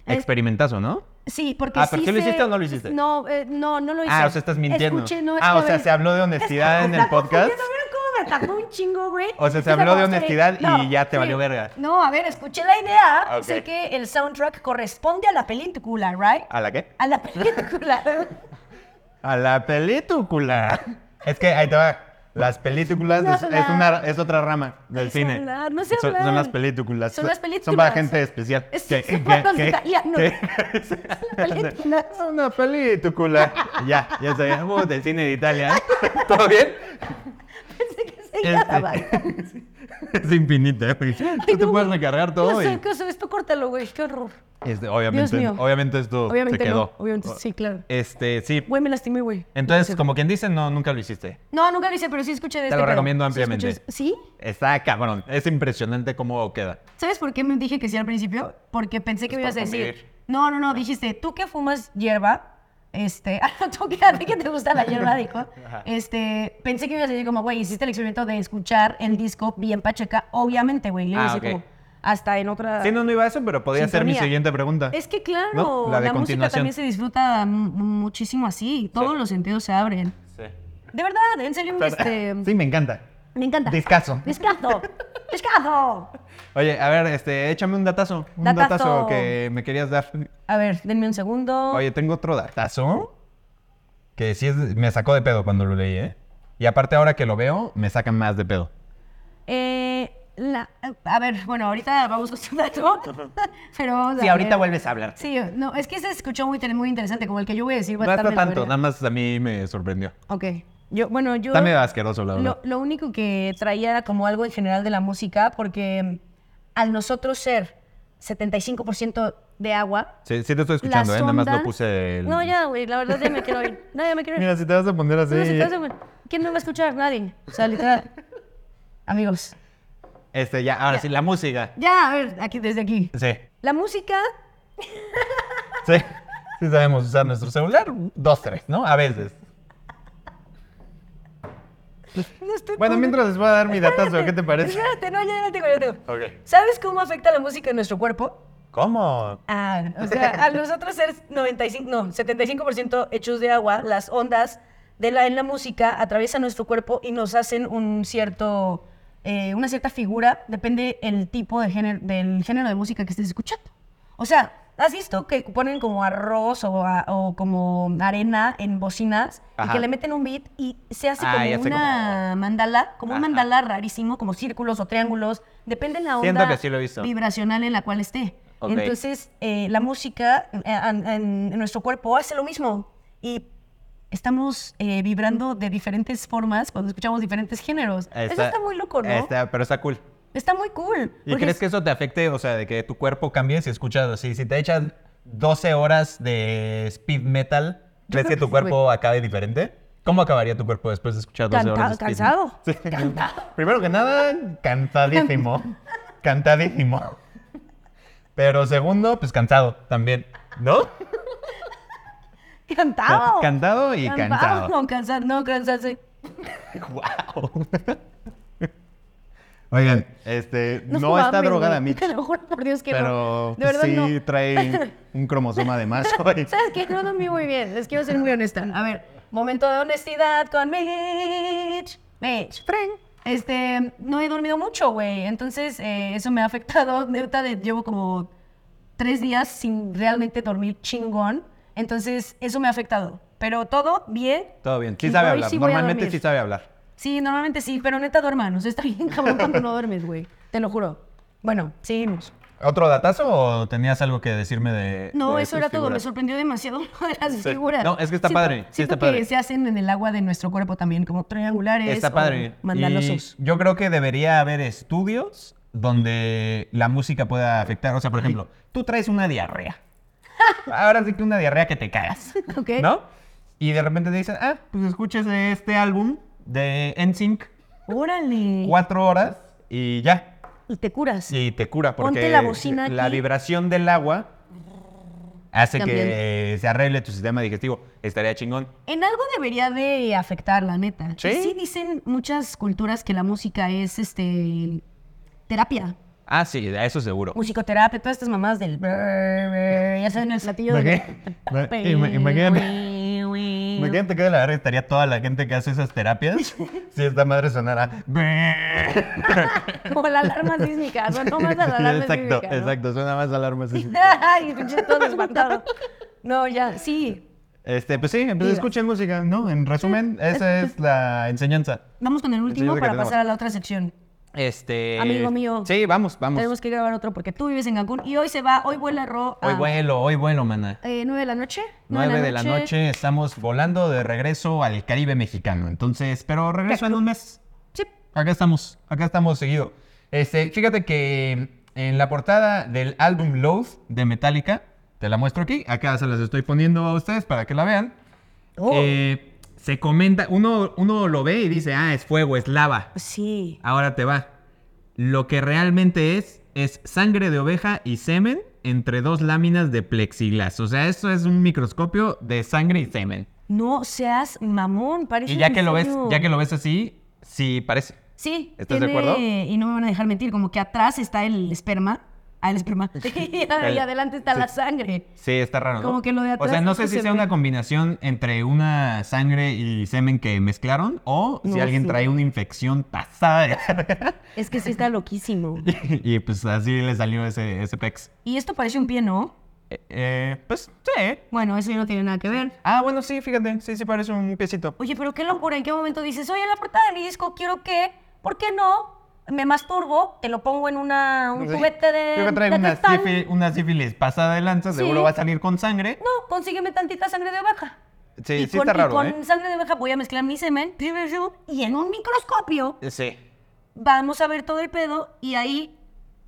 B: Es-
C: Experimentazo, ¿no?
B: Sí, porque
C: Ah, ¿pero
B: sí
C: sí lo
B: se-
C: hiciste o no lo hiciste?
B: No, eh, no, no lo hice.
C: Ah, o sea, estás mintiendo.
B: Escuché, no, es
C: ah,
B: que,
C: o
B: a
C: sea,
B: ver,
C: se habló de honestidad en el podcast.
B: Está confundiendo, mira cómo me atacó un chingo, güey.
C: O sea, se habló de honestidad y ya te valió verga.
B: No, a ver, escuché la idea.
C: Ah, ok.
B: Sé que el soundtrack corresponde a la película, ¿right?
C: ¿A la qué?
B: A la película.
C: A la película. Es que ahí te va. Las películas
B: No
C: es,
B: sé
C: es
B: hablar.
C: una, es otra rama del
B: No sé
C: cine.
B: hablar, no sé
C: son, son
B: hablar.
C: las películas.
B: Son las
C: Son para
B: películas.
C: gente especial.
B: Es-
C: Que-
B: son
C: que-
B: para los
C: que-
B: italianos.
C: que-
B: películas.
C: Es una película. ya, ya sabemos del cine de Italia. ¿Todo bien?
B: Pensé que se
C: Este-
B: llamaba.
C: Es infinita, güey. Tú te
B: Tengo-
C: puedes recargar todo
B: No sé,
C: y...
B: ¿qué es esto? Córtalo, güey. Qué horror.
C: Este, obviamente,
B: Dios mío.
C: obviamente esto
B: Obviamente
C: se quedó.
B: no. Obviamente sí, claro.
C: Este, sí.
B: Güey, me lastimé, güey.
C: Entonces, como quien dice, no, nunca lo hiciste.
B: No, nunca lo hice, pero sí escuché de
C: Te
B: este
C: lo
B: pedo.
C: recomiendo
B: Sí
C: ampliamente.
B: escuché- este- ¿Sí?
C: Está cabrón. Es impresionante cómo queda.
B: ¿Sabes por qué me dije que sí al principio? Porque pensé que me
C: Pues Ah.
B: ibas a
C: por
B: decir.
C: convivir.
B: No, no, no, dijiste, tú que fumas hierba, este, ah, no, tú que a ti que te gusta la hierba, dijo. Este, pensé que me ibas a decir como, güey, hiciste el experimento de escuchar el disco bien pacheca, obviamente, güey, le iba a
C: Ah,
B: decir
C: ok.
B: como, hasta en otra.
C: Sí, no, no iba a eso, pero podía ser mi
B: Ah. Sintonía.
C: siguiente pregunta.
B: Es que claro,
C: ¿No? La
B: la,
C: de
B: música
C: continuación.
B: también se disfruta mu- muchísimo así, todos los sentidos se abren. De verdad, en serio, este, Ah.
C: Sí, me encanta.
B: me encanta.
C: Discaso.
B: Descazo, descazo.
C: Oye, a ver, este, échame un datazo. Un datazo.
B: Datazo.
C: que me querías dar.
B: A ver, denme un segundo.
C: Oye, tengo otro datazo. Que sí es- me sacó de pedo cuando lo leí, ¿eh? Y aparte ahora que lo veo, me sacan más de pedo.
B: Eh, la- a ver, bueno, ahorita vamos con su dato. pero vamos a
D: Sí, ahorita
B: ver.
D: vuelves a hablar.
B: Sí, no, es que se escuchó muy, muy interesante, como el que yo voy a decir. va a
C: No
B: estar
C: está
B: medio
C: tanto,
B: verga.
C: nada más a mí me sorprendió.
B: Ok. Yo, bueno, yo.
C: Está medio asqueroso, la verdad.
B: Lo, lo único que traía era como algo en general de la música, porque mm, al nosotros ser 75% de agua.
C: Sí, sí te estoy
B: las
C: escuchando, ¿eh? Nada más lo
B: ondas-
C: puse el...
B: No, ya, güey, la verdad ya me quiero ir. No, ya me quiero ir.
C: Mira, si te vas a poner así...
B: No, si te vas a- ¿Quién me va a escuchar? Nadie. O sea, literal. Amigos.
C: Este, ya, ahora sí, la música.
B: Ya, a ver, aquí, desde aquí.
C: Sí,
B: La música
C: sí. Sí sabemos usar nuestro celular. Dos, tres, ¿no? A veces.
B: No estoy
C: Bueno,
B: con-
C: mientras les voy a dar mi datazo,
B: Espérate,
C: ¿qué te parece?
B: Espérate, no, ya, ya tengo, ya tengo.
C: Ok.
B: ¿Sabes cómo afecta la música en nuestro cuerpo?
C: ¿Cómo?
B: Ah, o sea, a nosotros ser 95, no, 75% hechos de agua, las ondas de la, en la música atraviesan nuestro cuerpo y nos hacen un cierto, eh, una cierta figura, depende el tipo de género, del género de música que estés escuchando. O sea, ¿has visto que ponen como arroz o, a- o como arena en bocinas
C: Ajá.
B: y que le meten un beat y se hace
C: Ah, ya
B: como
C: sé
B: una mandala, como un
C: Ajá.
B: mandala rarísimo, como círculos o triángulos, depende de la onda
C: Siento que sí lo he visto.
B: vibracional en la cual esté.
C: Ok.
B: Entonces, eh, la música eh, en, en- en nuestro cuerpo hace lo mismo y estamos eh, vibrando de diferentes formas cuando escuchamos diferentes géneros. Eso está muy loco, ¿no? Está,
C: Está, pero está cool.
B: muy cool.
C: ¿Y
B: porque
C: crees que eso te afecte, o sea, de que tu cuerpo cambie si escuchas así? Si te echas 12 horas de speed metal, ¿crees que
B: creo
C: tu
B: que sí,
C: cuerpo acabe diferente? ¿Cómo acabaría tu cuerpo después de escuchar 12
B: Canta-
C: horas de speed
B: cansado.
C: metal? Sí. Primero que nada, cantadísimo. cantadísimo. Pero segundo, pues cansado también, ¿no?
B: Cantado.
C: Cantado y cansado.
B: No, cansado, no, cansarse.
C: ¡Wow! Oigan, este, no,
B: mames,
C: está
B: güey.
C: drogada Mitch,
B: Te lo juro por Dios que
C: pero pues,
B: no. De verdad
C: sí
B: no.
C: trae un cromosoma de más hoy.
B: ¿Sabes qué? No dormí muy bien. Les quiero ser muy honesta. A ver, momento de honestidad con Mitch. Mitch. Frank. Este, no he dormido mucho, güey. Entonces, eh, eso me ha afectado. Neta, de- llevo como tres días sin realmente dormir chingón. Entonces, eso me ha afectado. Pero todo bien.
C: Todo bien, sí
B: Y
C: sabe
B: hoy
C: hablar,
B: sí voy a
C: normalmente
B: dormir.
C: sí sabe hablar.
B: Sí, normalmente sí, pero neta, duerman. O sea, está bien cabrón cuando no duermes, güey. Te lo juro. Bueno, seguimos.
C: ¿Otro datazo o tenías algo que decirme de
B: No,
C: de
B: eso
C: tus
B: era todo. Me
C: figuras?
B: sorprendió demasiado lo de las figuras.
C: No, es que está
B: Siento-
C: padre, sí
B: siento
C: está padre.
B: que se hacen en el agua de nuestro cuerpo también, como triangulares.
C: Está
B: o
C: padre.
B: Mandalosos.
C: Y yo creo que debería haber estudios donde la música pueda afectar. O sea, por ejemplo, tú traes una diarrea. Ahora sí que una diarrea que te cagas.
B: Ok.
C: ¿No? Y de repente te dicen, ah, pues escuches este álbum de NSYNC
B: Órale.
C: cuatro horas y ya.
B: Y te curas.
C: Y te cura porque
B: Ponte la bocina
C: la
B: aquí.
C: vibración del agua hace que
B: También.
C: se arregle tu sistema digestivo. Estaría chingón.
B: En algo debería de afectar, la neta.
C: Sí.
B: Y Sí dicen muchas culturas que la música es, este, terapia.
C: Ah, sí, a eso seguro.
B: Musicoterapia, todas estas mamás del... Ya saben, el platillo de...
C: Imagínate- ima- imagínate- Imagínate que de la verga estaría toda la gente que hace esas terapias si esta madre sonara.
B: Como la alarma sísmica. Son nomás las alarmas
C: exacto,
B: sísmicas, ¿no?
C: exacto, suena más alarmas.
B: Ay, pinche todo espantado. No, ya, sí.
E: Este, pues sí, pues
B: Diga.
E: escuchen música, ¿no? En resumen, esa es la enseñanza.
B: Vamos con el último
E: único que
B: para
E: tenemos.
B: pasar a la otra sección.
C: Este.
B: Amigo mío.
C: Sí, vamos, vamos.
B: Tenemos que grabar otro porque tú vives en Cancún y hoy se va, hoy vuela Ro a
C: Hoy vuelo, hoy vuelo, mana.
B: eh, ¿nueve de la noche.
C: 9 de la noche, estamos volando de regreso al Caribe mexicano. Entonces, pero regreso en un mes.
B: Sí.
C: Acá estamos, acá estamos seguido. Este, fíjate que en la portada del álbum Load de Metallica, te la muestro aquí, acá se las estoy poniendo a ustedes para que la vean.
B: Oh.
C: Eh, se comenta, uno, uno lo ve y dice, ah, es fuego, es lava.
B: Sí.
C: Ahora te va. Lo que realmente es, es sangre de oveja y semen entre dos láminas de plexiglas. O sea, esto es un microscopio de sangre y semen.
B: No seas mamón, parece
C: Y ya
B: en
C: que lo ves,
B: serio.
C: ya que lo ves así, sí parece.
B: Sí.
C: ¿Estás de
B: tiene-
C: acuerdo?
B: Y no me van a dejar mentir, como que atrás está el esperma. Ah, el esperma. y adelante está la sangre.
C: Sí, está raro, ¿no?
B: Como que lo de
C: O sea,
B: atrás
C: no
B: es
C: sé
B: que
C: si
B: se
C: sea
B: ve.
C: una combinación entre una sangre y semen que mezclaron o si
B: No
C: alguien
B: sé.
C: trae una infección pasada de verga.
B: Es que sí está loquísimo.
C: y pues así le salió ese, ese pex.
B: Y esto parece un pie, ¿no?
C: Eh, eh, pues sí.
B: Bueno, eso ya no tiene nada que ver.
C: Ah, bueno, sí, fíjate. Sí, sí parece un piecito.
B: Oye, pero qué locura, ¿en qué momento dices, oye, en la portada de mi disco quiero que, ¿por qué no? Me masturbo, te lo pongo en una, un
C: Sí.
B: juguete de...
C: Yo que traigo
B: de
C: una,
B: Tristán.
C: sífil- una sífilis pasada de lanza,
B: Sí.
C: seguro va a salir con sangre.
B: No, consígueme tantita sangre de oveja.
C: Sí,
B: y
C: sí
B: con,
C: está
B: y
C: raro, ¿eh?
B: con sangre de oveja voy a mezclar mi semen, y en un microscopio
C: ¿eh? Sí.
B: vamos a ver todo el pedo, y ahí,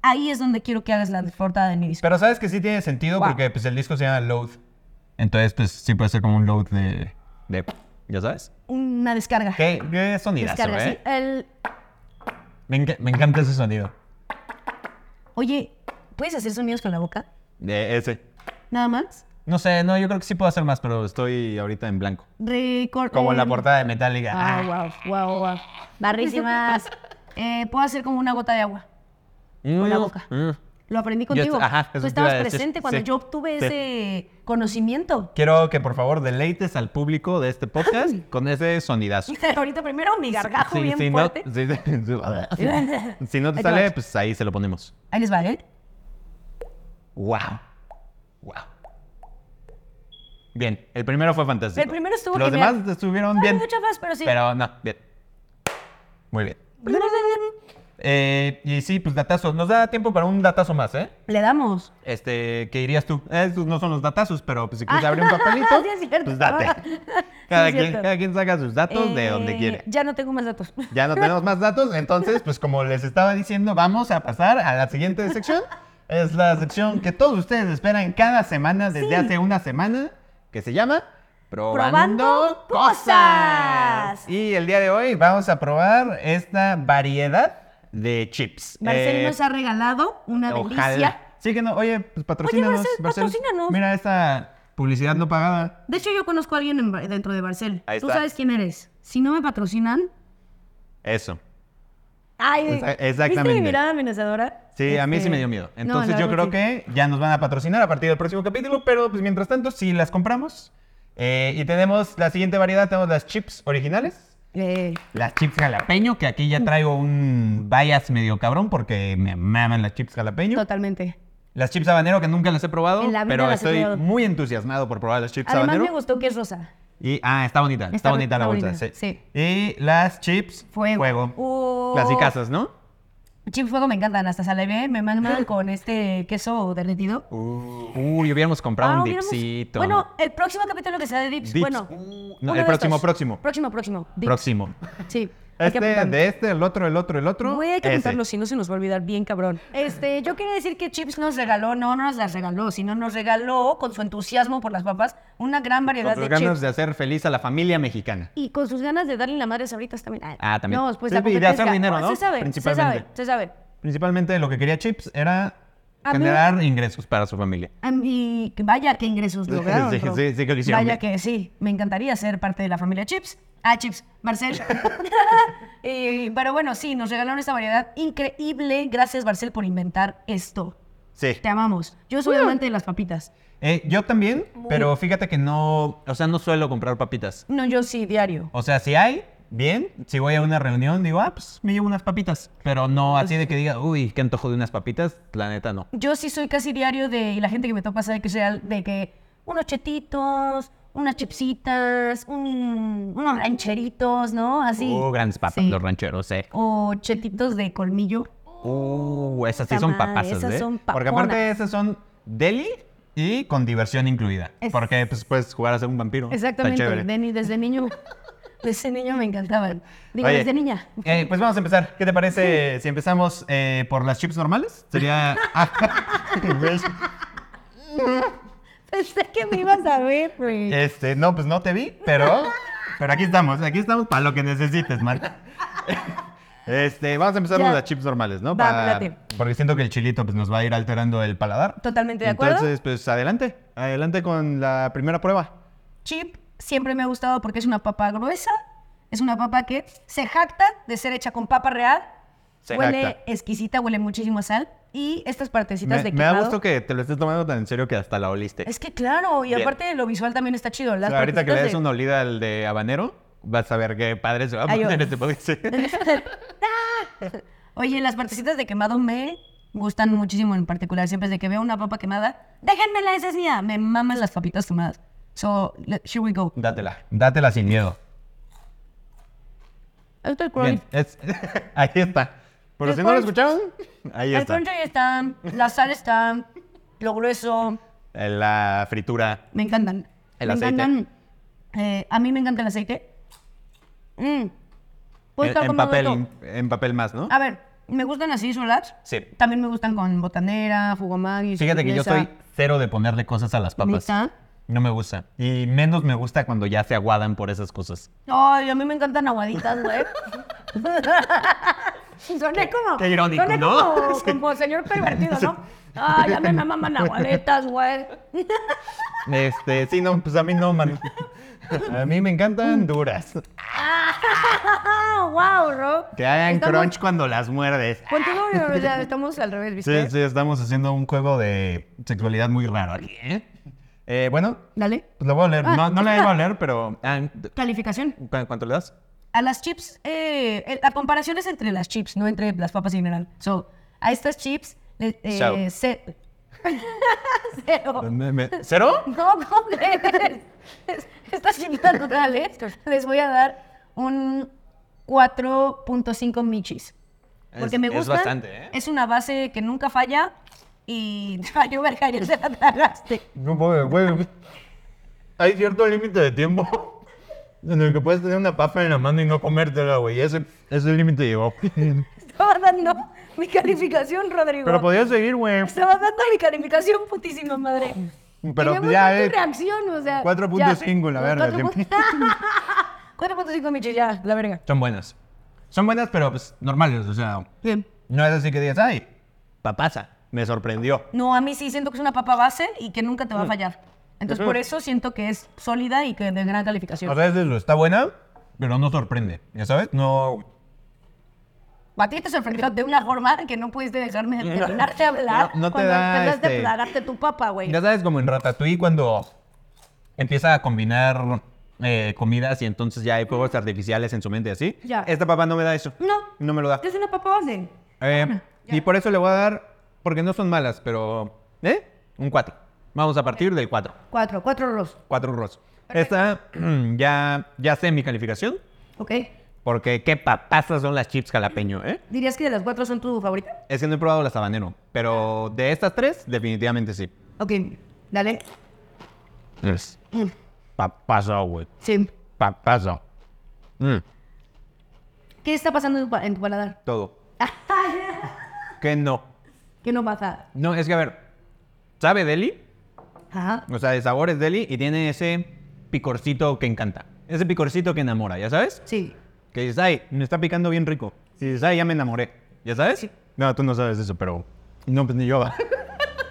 B: ahí es donde quiero que hagas la portada de mi disco.
E: Pero sabes que sí tiene sentido
B: Wow.
E: porque pues, el disco se llama Load.
C: Entonces, pues sí puede ser como un load de. de ¿Ya sabes?
B: Una descarga.
C: ¿Qué, qué sonidazo,
B: Descarga, sí.
C: eh?
B: El-
C: Me, enca- me encanta ese sonido.
B: Oye, ¿puedes hacer sonidos con la boca?
C: De ese.
B: Nada más.
C: No sé, no, yo creo que sí puedo hacer más, pero estoy ahorita en blanco.
B: Recor-
C: Como en la
B: em,
C: portada de Metallica.
B: Ah, wow, wow, wow. Barrísimas. Eh, puedo hacer como una gota de agua.
C: con
B: la boca.
C: Mm.
B: Lo aprendí
C: Yo est-
B: contigo.
C: ajá, eso
B: Tú
C: te
B: estabas
C: iba a decir,
B: presente cuando
C: sí,
B: yo obtuve
C: sí.
B: ese conocimiento.
C: Quiero que por favor deleites al público de este podcast con ese sonidazo.
B: Ahorita primero mi gargajo
C: Sí,
B: bien
C: si, no,
B: fuerte.
C: sí, sí. Si no te
B: Ahí te
C: sale,
B: va.
C: pues ahí se lo ponemos.
B: Ahí les va, ¿eh?
C: Wow. Wow. Bien, el primero fue fantástico.
B: El primero estuvo
C: Los
B: genial.
C: demás estuvieron
B: No,
C: bien.
B: muchas más, pero sí.
C: Pero no, bien. Muy bien. Eh, y sí, pues datazos. Nos da tiempo para un datazo más, ¿eh?
B: Le damos.
C: Este, ¿qué dirías tú? Estos no son los datazos, pero pues si quieres
B: Ah,
C: abrir un papelito,
B: sí, es cierto.
C: pues date.
B: Sí,
C: Cada,
B: es
C: quien,
B: cierto.
C: cada quien saca sus datos de donde
B: Eh,
C: quiere.
B: Ya no tengo más datos.
C: Ya no tenemos más datos, entonces, pues como les estaba diciendo, vamos a pasar a la siguiente sección. Es la sección que todos ustedes esperan cada semana desde hace una semana, que se llama
B: Probando Cosas.
C: Y el día de hoy vamos a probar esta variedad de chips.
B: Marcel
C: Eh,
B: nos ha regalado una delicia.
C: Sí que no, oye, pues patrocínanos.
B: Marcel,
C: Marcel.
B: patrocínanos.
C: Mira esta publicidad no pagada.
B: De hecho, yo conozco a alguien en Bar- dentro de Barcel.
C: Ahí
B: Tú
C: está.
B: sabes quién eres. Si no me patrocinan.
C: Eso.
B: Ay,
C: Exa-
B: ¿viste mi
C: exactamente.
B: mirada amenazadora?
C: Sí, a mí sí
B: Este,
C: me dio miedo.
B: no,
C: Entonces
B: la
C: yo
B: verdad
C: creo que ya nos van a patrocinar a partir del próximo capítulo, pero pues mientras tanto sí las compramos. Eh, y tenemos la siguiente variedad, tenemos las chips originales.
B: sí. Eh,
C: Las chips jalapeño, que aquí ya traigo un bias medio cabrón porque me maman las chips jalapeño.
B: totalmente.
C: Las chips habanero que nunca las he probado,
B: En la vida
C: pero
B: las he
C: estoy
B: probado.
C: muy entusiasmado por probar las chips
B: Además
C: habanero.
B: me gustó que es rosa.
C: Y, ah, está bonita, está,
B: Está bo-
C: bonita la
B: está
C: bolsa,
B: bonita,
C: sí. Y las chips
B: Fuego.
C: fuego.
B: Oh.
C: Clasicazas, ¿no?
B: Chip fuego me encantan, hasta salivé, me mandan con este queso derretido.
C: Uy, hubiéramos comprado un
B: Ah, hubiéramos-
C: dipsito.
B: Bueno, el próximo capítulo que sea de dips,
C: Dips.
B: bueno.
C: Uh, no,
B: uno
C: el
B: de
C: próximo,
B: estos.
C: próximo.
B: Próximo, próximo. Dips.
C: Próximo.
B: Sí. hay que
C: Este,
B: apuntarlo.
C: de este, el otro, el otro, el otro.
B: Güey, hay que
C: ese.
B: apuntarlo, si no se nos va a olvidar bien cabrón. Este, yo quería decir que Chips nos regaló, no, no nos las regaló, sino nos regaló con su entusiasmo por las papas una gran variedad
C: Con
B: de
C: sus
B: chips.
C: ganas de hacer feliz a la familia mexicana.
B: Y con sus ganas de darle la madre a ahorita también.
C: Ah, también.
B: No, pues
C: Sí,
B: la
C: y de hacer
B: competencia.
C: dinero, ¿no?
B: Se sabe, se sabe,
C: Principalmente.
B: se sabe.
C: Principalmente lo que quería Chips era
B: A mí-
C: generar ingresos para su familia.
B: Am- Y que vaya que ingresos lograron.
C: Sí,
B: Rob.
C: sí, sí que lo hicieron
B: Vaya
C: bien.
B: que sí, me encantaría ser parte de la familia Chips. Ah, Chips, Marcel. Y- pero bueno, sí, nos regalaron esta variedad increíble. Gracias, Marcel, por inventar esto.
C: Sí.
B: Te amamos. Yo soy amante de las papitas.
C: Eh, yo también, pero fíjate que no, o sea, no suelo comprar papitas.
B: No, yo sí, diario.
C: O sea, si hay, bien. Si voy a una reunión, digo, ah, pues me llevo unas papitas. Pero no
B: Pues
C: así de que diga, uy, qué antojo de unas papitas. La neta, no.
B: Yo sí soy casi diario de, y la gente que me topa sabe que sea de que unos chetitos, unas chipsitas, un- unos rancheritos, ¿no? Así.
C: Uh, grandes papas,
B: Sí.
C: los rancheros, eh.
B: O chetitos de colmillo.
C: Uh, esas sí
B: Puta
C: son
B: madre,
C: papas, ¿eh?
B: esas son
C: Porque
B: paponas.
C: aparte esas son deli y con diversión incluida.
B: Es-
C: Porque pues, puedes jugar a ser un vampiro. Oh, Está
B: Exactamente,
C: chévere.
B: de ni- desde niño. Desde niño me encantaban. Digo,
C: Oye,
B: desde niña.
C: eh, pues vamos a empezar. ¿Qué te parece si empezamos eh, por las chips normales? Sería... Ah,
B: Pensé que me ibas a ver, güey.
C: este, no, pues no te vi, pero... Pero aquí estamos, aquí estamos para lo que necesites, man. Este, vamos a empezar
B: Ya.
C: con las chips normales, ¿no?
B: Va,
C: Pa-
B: me late.
C: porque siento que el chilito pues, nos va a ir alterando el paladar.
B: Totalmente de acuerdo.
C: Entonces, pues adelante, adelante con la primera prueba.
B: Chip siempre me ha gustado porque es una papa gruesa. Es una papa que se jacta de ser hecha con papa real.
C: Se
B: huele
C: jacta.
B: exquisita, huele muchísimo a sal. Y estas
C: Me,
B: partecitas de
C: me da
B: quemado-
C: gusto que te lo estés tomando tan en serio que hasta la oliste.
B: Es que claro, y
C: Bien.
B: aparte lo visual también está chido.
C: O
B: Las
C: sea, ahorita que le des
B: partecitas
C: una olida al de habanero, vas a ver qué padre se va a
B: Ay, yo-
C: poner este podcast.
B: de- Oye, las partecitas de quemado me gustan muchísimo en particular. Siempre desde que veo una papa quemada, déjenmela, esa es mía. Me maman las papitas quemadas. So, le- here we go.
C: Dátela. Dátela sin miedo.
B: Esto es
C: Bien, es- ahí está. Pero
B: El
C: si no lo
B: crunch.
C: escucharon, ahí
B: El
C: está.
B: crunch ahí está, la sal está, lo grueso,
C: Eh, La fritura.
B: me encantan.
C: El
B: me
C: aceite.
B: encantan. eh, a mí me encanta el aceite. Mm. Puedo
C: En,
B: estar
C: en
B: comiendo
C: papel,
B: todo.
C: en, en papel más, ¿no?
B: A ver, me gustan así solas.
C: Sí.
B: También me gustan con botanera, fugomagui.
C: Fíjate que yo soy cero de ponerle cosas a las papas.
B: ¿Neta?
C: No me gusta. Y menos me gusta cuando ya se aguadan por esas cosas.
B: Ay, a mí me encantan aguaditas, güey. Soné como.
C: qué irónico,
B: soné
C: ¿no?
B: Como,
C: Sí.
B: como señor pervertido, ¿no? Ay, a mí me maman aguaditas, güey.
C: Este, sí, no, pues a mí no, man. A mí me
B: Mm.
C: encantan duras.
B: Oh, wow, Rob.
C: Que hagan
B: Estamos-
C: crunch cuando las muerdes.
B: Contigo, o sea, estamos al revés, ¿viste?
C: Sí, sí, estamos haciendo un juego de sexualidad muy raro aquí, ¿eh? Eh, bueno,
B: Dale.
C: pues lo voy a leer.
B: Ah,
C: No, no la
B: espera.
C: iba a leer, pero... ah,
B: Calificación.
C: ¿cu- ¿Cuánto le das?
B: A las chips, eh, el- la comparación es entre las chips, no entre las papas en general. So, a estas chips, le- eh,
C: Chao.
B: ce- cero.
C: Me- me- ¿Cero?
B: No, ¿cómo crees? Estas chips naturales, les voy a dar un 4.5 michis. Porque
C: Es-
B: me
C: es
B: gusta.
C: bastante, ¿eh?
B: Es una base que nunca falla y valió verga y se la tragaste.
C: No puedo, güey. Hay cierto límite de tiempo en el que puedes tener una papa en la mano y no comértela, güey. Ese, ese límite llegó.
B: Estaba dando mi calificación, Rodrigo.
C: Pero podías seguir, güey.
B: Estaba dando mi calificación, putísima madre.
C: Pero
B: Queremos
C: ya,
B: ver
C: eh,
B: tu reacción, o sea.
C: 4.5 la
B: ya.
C: verga,
B: 4.5 4.5 michis, ya, la verga.
C: Son buenas. Son buenas, pero pues normales, o sea...
B: Bien.
C: No es así que digas, ay, papasa, me sorprendió.
B: No, a mí sí siento que es una papa base y que nunca te va a fallar. Entonces, por eso siento que es sólida y que de gran
C: O
B: calificación.
C: sea, es de lo- está buena, pero no sorprende, ¿ya sabes? No...
B: A ti te sorprendió de una forma que no pudiste dejarme de terminarte de hablar.
C: No- no te
B: cuando
C: da,
B: empezaste
C: este,
B: a plagarte tu papa, güey.
C: Ya sabes, como en Ratatouille cuando empieza a combinar eh, comidas y entonces ya hay fuegos artificiales en su mente así.
B: Ya.
C: Esta papa no me da eso.
B: No.
C: No me lo da.
B: Es una papa base.
C: Eh, y por eso le voy a dar, porque no son malas, pero... ¿Eh? Un 4. Vamos a partir del 4.
B: Cuatro, cuatro arroz.
C: 4 rosas. Esta ya, ya sé mi calificación,
B: ¿Ok?
C: porque qué papasas son las chips jalapeño, ¿eh?
B: ¿Dirías que de las cuatro son tu favorita?
C: Es que no he probado las habanero,
B: Ah.
C: pero de estas tres, definitivamente sí.
B: Ok, dale.
C: Es.
B: Mm.
C: Papazo, güey.
B: Sí.
C: Papazo. Mm,
B: ¿Qué está pasando en tu, pa- en tu paladar?
C: todo. que no.
B: ¿Qué no pasa?
C: No, es que a ver, sabe deli,
B: Ajá.
C: o sea, de sabor es deli y tiene ese picorcito que encanta. Ese picorcito que enamora, ¿ya sabes?
B: Sí.
C: Que dices, ay, me está picando bien rico. Y dices, ay, ya me enamoré. ¿Ya sabes? No, tú no sabes eso, pero. No, pues ni yo.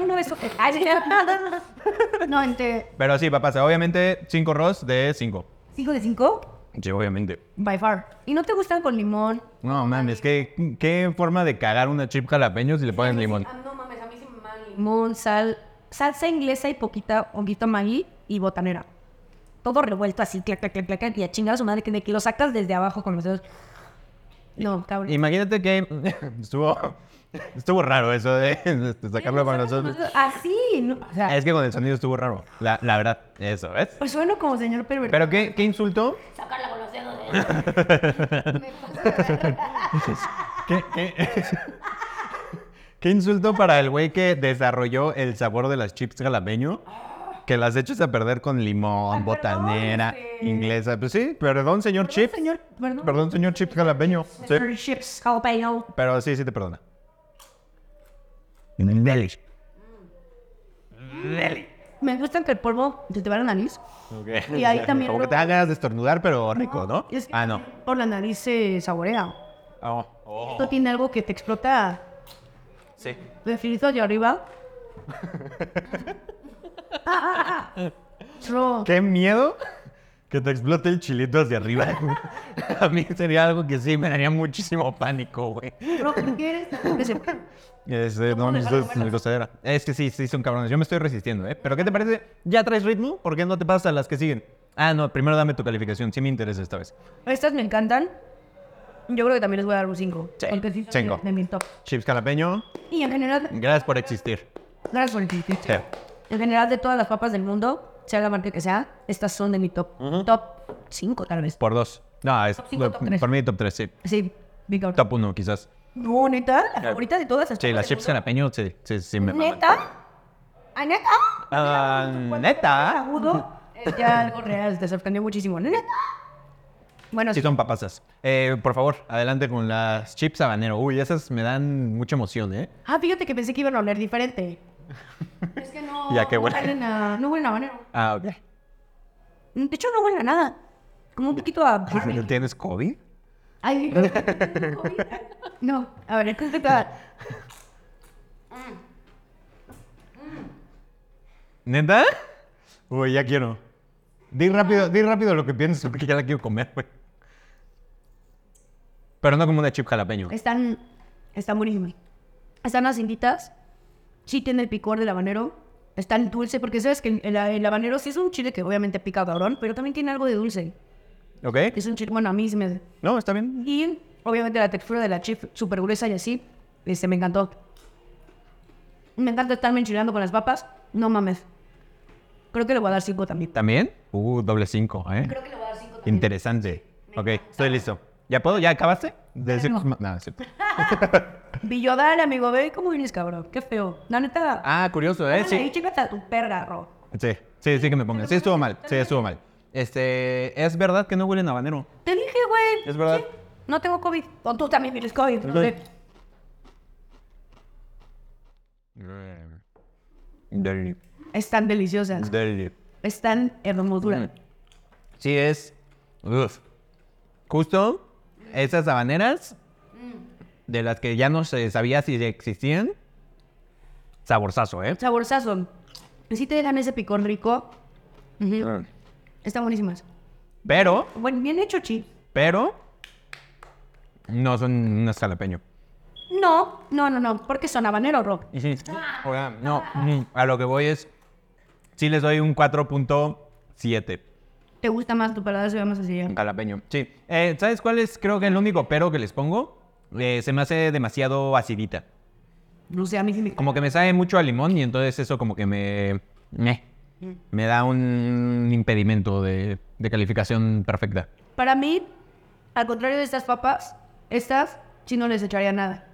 B: Uno de esos. Ay, sí. No, entre
C: pero sí, papá, o sea, obviamente 5 ros de 5.
B: cinco de cinco,
C: Sí, obviamente.
B: by far. ¿Y no te gustan con limón?
C: No mames, ¿qué, qué forma de cagar una chip jalapeño si le ponen limón.
B: Ah, No mames, a mí sí me maman limón, sal, salsa inglesa y poquita honguito magui y botanera. Todo revuelto así, clac, clac, clac, clac, clac, y a chingar a su madre que, de que lo sacas desde abajo con los dedos. No, cabrón.
C: Imagínate que estuvo, estuvo raro eso de, de sacarlo con nosotros.
B: Sacas con los dedos, Así, Ah, no, o sea,
C: Es que con el sonido estuvo raro. La, la verdad, eso, ¿ves?
B: pues sueno como señor pervertido.
C: ¿Pero qué, qué insultó?
F: Sacarla con los dedos. De... Me pasa
C: ¿Qué, qué, qué insulto para el güey que desarrolló el sabor de las chips jalapeño? Que las echas a perder con limón,
B: Ay, perdón,
C: botanera,
B: este.
C: inglesa. Pues sí, perdón, señor Chips.
B: señor- perdón.
C: Perdón, señor Chips jalapeño. Sí,
B: Mr. Chips jalapeno.
C: pero sí, sí te perdona. Deli. Deli.
B: Me gusta que el polvo se te va a la nariz.
C: Ok.
B: Y ahí también
C: Como que
B: lo-
C: te dan ganas de estornudar, pero rico, ¿no?
B: Y es que
C: Ah, no.
B: Por la nariz se saborea.
C: Ah, oh. Oh.
B: Esto tiene algo que te explota
C: Sí.
B: de filito hacia arriba. Ah, ah, ah. Bro,
C: Qué miedo que te explote el chilito hacia arriba. A mí sería algo que sí me daría muchísimo pánico, güey.
B: bro, ¿por qué eres tan pobre? Se-
C: Este,
B: No
C: no,
B: puedo
C: eso
B: dejar de
C: es
B: comerlas.
C: grosera. Es que sí, sí, son cabrones. Yo me estoy resistiendo, ¿eh? Pero ¿qué te parece? ¿Ya traes ritmo? ¿Por qué no te pasas a las que siguen? Ah, no, primero dame tu calificación. Sí me interesa esta vez.
B: Estas me encantan. Yo creo que también les voy a dar un 5.
C: Sí,
B: Porque sí son
C: cinco.
B: de- de mi top.
C: Chips Calapeño,
B: Y en general,
C: gracias por existir.
B: gracias por el chiste.
C: Sí.
B: En general, de todas las papas del mundo, sea la marca que sea, estas son de mi top. Top 5, tal vez.
C: Por dos. No, es,
B: cinco, top tres.
C: por mí top 3, sí.
B: Sí, big out.
C: Top 1, quizás.
B: No, neta, la favorita de todas las
C: Sí,
B: papas
C: las
B: del
C: chips
B: mundo.
C: Calapeño, sí, sí, sí me maman.
B: ¿Neta? ¿A neta?
C: Ah, neta.
B: Agudo. Es ya algo real, te sorprendió muchísimo. ¿Neta? Bueno,
C: Sí,
B: sí.
C: son papasas. Eh, por favor, adelante con las chips habanero. Uy, esas me dan mucha emoción, ¿eh?
B: Ah, fíjate que pensé que iban a oler diferente. Es que no.
C: Ya, qué
B: no
C: bueno.
B: huelen a- No huelen a habanero.
C: Ah, ok.
B: De hecho, no huelen a nada. Como un poquito a.
C: ¿Tienes COVID?
B: Ay, no, a ver, ¿qué tal?
C: ¿Neta? Uy, ya quiero. Di rápido, di rápido lo que piensas porque ya la quiero comer, güey. Pero no como una chip jalapeño.
B: Están, están buenísimas. Están aciditas, sí tiene el picor del habanero, están dulce, porque sabes que el, el- el habanero sí es un chile que obviamente pica cabrón, pero también tiene algo de dulce.
C: ¿Ok?
B: Es un chile, bueno, a mí se me...
C: No, está bien.
B: Y obviamente la textura de la chip súper gruesa y así, este, me encantó. Me encanta estarme enchilando con las papas, no mames. Creo que le voy a dar cinco también.
C: ¿También? Uh, doble cinco, ¿eh?
F: Creo que le voy a dar cinco también.
C: Interesante. Ok, estoy listo. ¿Ya puedo? ¿Ya acabaste? De decir-
B: no.
C: Nada, sí.
B: Villodal, amigo, ve cómo vienes, cabrón. Qué feo. La neta.
C: Ah, curioso, ¿eh?
B: Sí.
C: Sí.
B: Ahí chécate a tu perra, Ro.
C: Sí, sí, sí que me pongan. Sí, estuvo mal. Sí, estuvo mal. Este, es verdad que no huelen a habanero.
B: Te dije, güey.
C: Es verdad.
B: sí, No tengo COVID. O tú también tienes COVID. No sé.
C: Deli.
B: Están deliciosas.
C: Deli.
B: Están
C: Mm.
B: hermosuras.
C: Sí, es. uf. Justo esas habaneras
F: Mm.
C: de las que ya no se sabía si existían. Saborzazo, ¿eh?
B: Saborzazo. Sí te dejan ese picor rico. Ujú. Están buenísimas.
C: Pero,
B: Bueno, bien hecho, chi.
C: pero. No son un jalapeño.
B: No, no, no, no. Porque son habanero, Ro.
C: O sea, No, mm, a lo que voy es. Sí, les doy un 4.7.
B: Te gusta más tu paladar, se ve más así.
C: Un jalapeño. Sí. Eh, ¿Sabes cuál es? Creo que el único pero que les pongo. Eh, se me hace demasiado acidita.
B: No sé, a mí sí me...
C: Como que me sabe mucho a limón y entonces eso como que me... meh, me da un impedimento de, de calificación perfecta.
B: Para mí, al contrario de estas papas, estas sí no les echaría nada.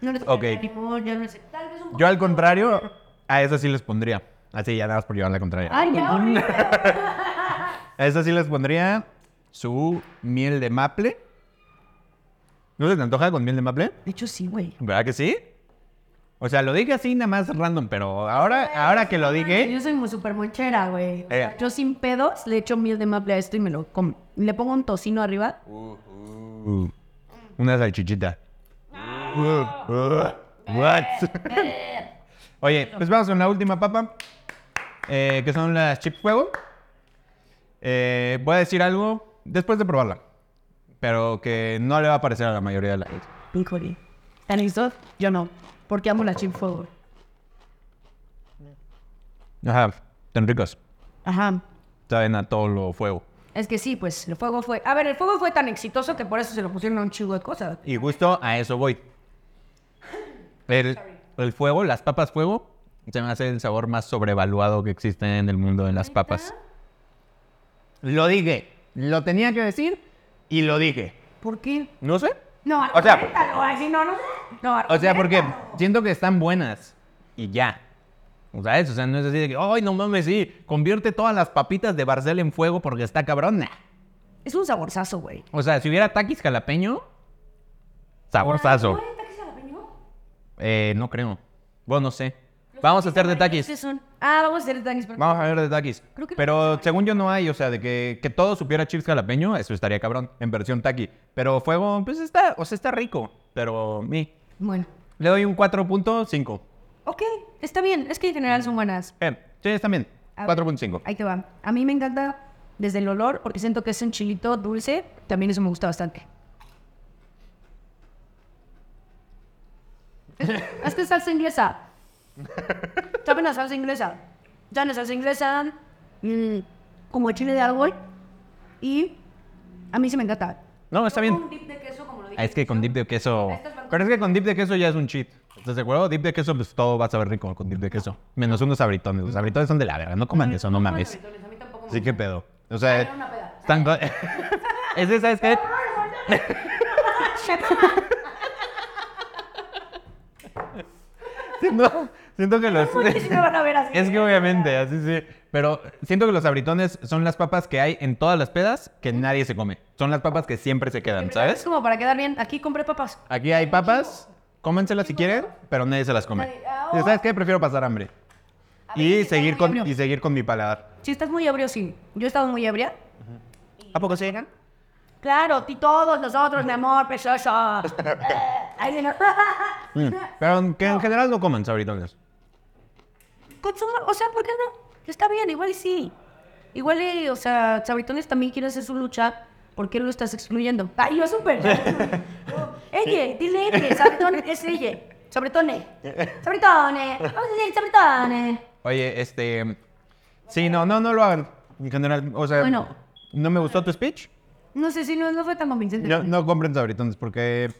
B: No les
C: Ok.
B: echaría limón, ya no les... Tal vez un
C: Yo al contrario, a eso sí les pondría. Así ya nada más por llevar la contraria.
B: Ay, ya, horrible.
C: A eso sí les pondría su miel de maple. ¿No se te antoja con miel de maple?
B: De hecho, sí, güey.
C: ¿Verdad que sí? O sea, lo dije así nada más random, pero ahora, ahora que lo dije...
B: Yo soy muy súper monchera, güey. O sea,
C: Eh.
B: Yo sin pedos le echo miel de maple a esto y me lo como. Le pongo un tocino arriba.
C: Uh, una salchichita. Uh, uh, what? Oye, pues vamos con la última papa, eh, que son las chips huevo. Eh, voy a decir algo después de probarla, pero que no le va a parecer a la mayoría de la gente.
B: Híjole. ¿Están listos? Yo no. Porque amo la chip fuego.
C: Ajá, tan ricos.
B: Ajá.
C: Saben a todo lo fuego.
B: Es que sí, pues el fuego fue. A ver, el fuego fue tan exitoso que por eso se lo pusieron a un chingo de cosas.
C: Y justo a eso voy. El, el fuego, las papas fuego, Se me hace el sabor más sobrevaluado que existe en el mundo de las papas.
G: Lo dije. Lo tenía que decir y lo dije. ¿Por qué?
C: No sé.
B: No,
G: O sea-
B: argumentalo, así no, no, no,
G: O sea, porque
B: argumentalo.
G: siento que están buenas.
C: Y ya. O sea, eso, o sea, no es así de que, ay, no mames, sí, convierte todas las papitas de Barcel en fuego porque está cabrón. Nah.
B: Es un saborzazo, güey.
C: O sea, si hubiera taquis jalapeño, saborzazo.
H: ¿No hay ataques jalapeño?
C: Eh, no creo. Bueno, no sé. Vamos a hacer de
B: ¿Qué
C: taquis.
B: son? Ah, vamos a hacer de taquis. pero-
C: Vamos a ver de taquis.
B: Creo que-
C: Pero según yo no hay, o sea, de que, que todo supiera chips jalapeño, eso estaría cabrón, en versión taqui. Pero fuego, pues está, o sea, está rico. Pero mi,
B: Bueno.
C: le doy un 4.5.
B: Ok, está bien. Es que en general son buenas.
C: Eh, sí, está bien.
B: A ver,
C: 4.5.
B: Ahí te va. A mí me encanta desde el olor, porque siento que es un chilito dulce. También eso me gusta bastante. Hazte salsa inglesa. ¿Saben la salsa inglesa? Ya la salsa inglesa, mm, como chile de árbol. Y a mí se me encanta.
C: No, está bien.
H: Un dip de queso, como lo dije.
C: Ah, es que con dip de queso.
H: Estas van con-
C: Pero es que con dip de queso ya es un cheat. ¿Estás de acuerdo? Dip de queso, pues todo va a saber rico con dip de queso. Menos unos abritones. Los abritones son de la verga. No
B: Mm,
C: coman eso, no
H: A
C: mames.
H: mí tampoco me
C: Sí, qué pedo. O
H: Ay, Ah, era
C: sea,
H: una peda.
C: están. co- es que, ¿sabes qué? siento, siento que los.
B: Sí me van a ver así.
C: Es que obviamente, así sí. Pero siento que los abritones son las papas que hay en todas las pedas que nadie se come. Son las papas que siempre se quedan,
B: Es
C: ¿sabes?
B: como para quedar bien. Aquí compré papas.
C: Aquí hay papas, cómenselas si quieren, pero nadie se las come.
H: Nadie- ah,
C: Y, ¿Sabes qué? Prefiero pasar hambre. Y seguir, con,
B: ebrio.
C: y seguir con mi paladar.
B: Si estás muy ebrio, sí. Yo he estado muy ebria.
C: ¿A poco sí?
B: Claro, ti todos nosotros, mi amor, precioso. Ay, señor.
C: Mm. Pero que en general no coman sabritones.
B: Consuma, o sea, ¿por qué no? Está bien, igual y sí. Igual, y, o sea, Sabritones también quiere hacer su lucha. ¿Por qué lo estás excluyendo? Ay, yo súper. ella, dile ella. Sabritones es ella. Sabritone. Sabritone. Vamos a decir Sabritone.
C: Oye, este... Sí, no, no, no lo hagan. En general, o sea...
B: Bueno.
C: ¿No me gustó tu speech?
B: No sé si no, no fue tan convincente.
C: No, no compren sabritones porque...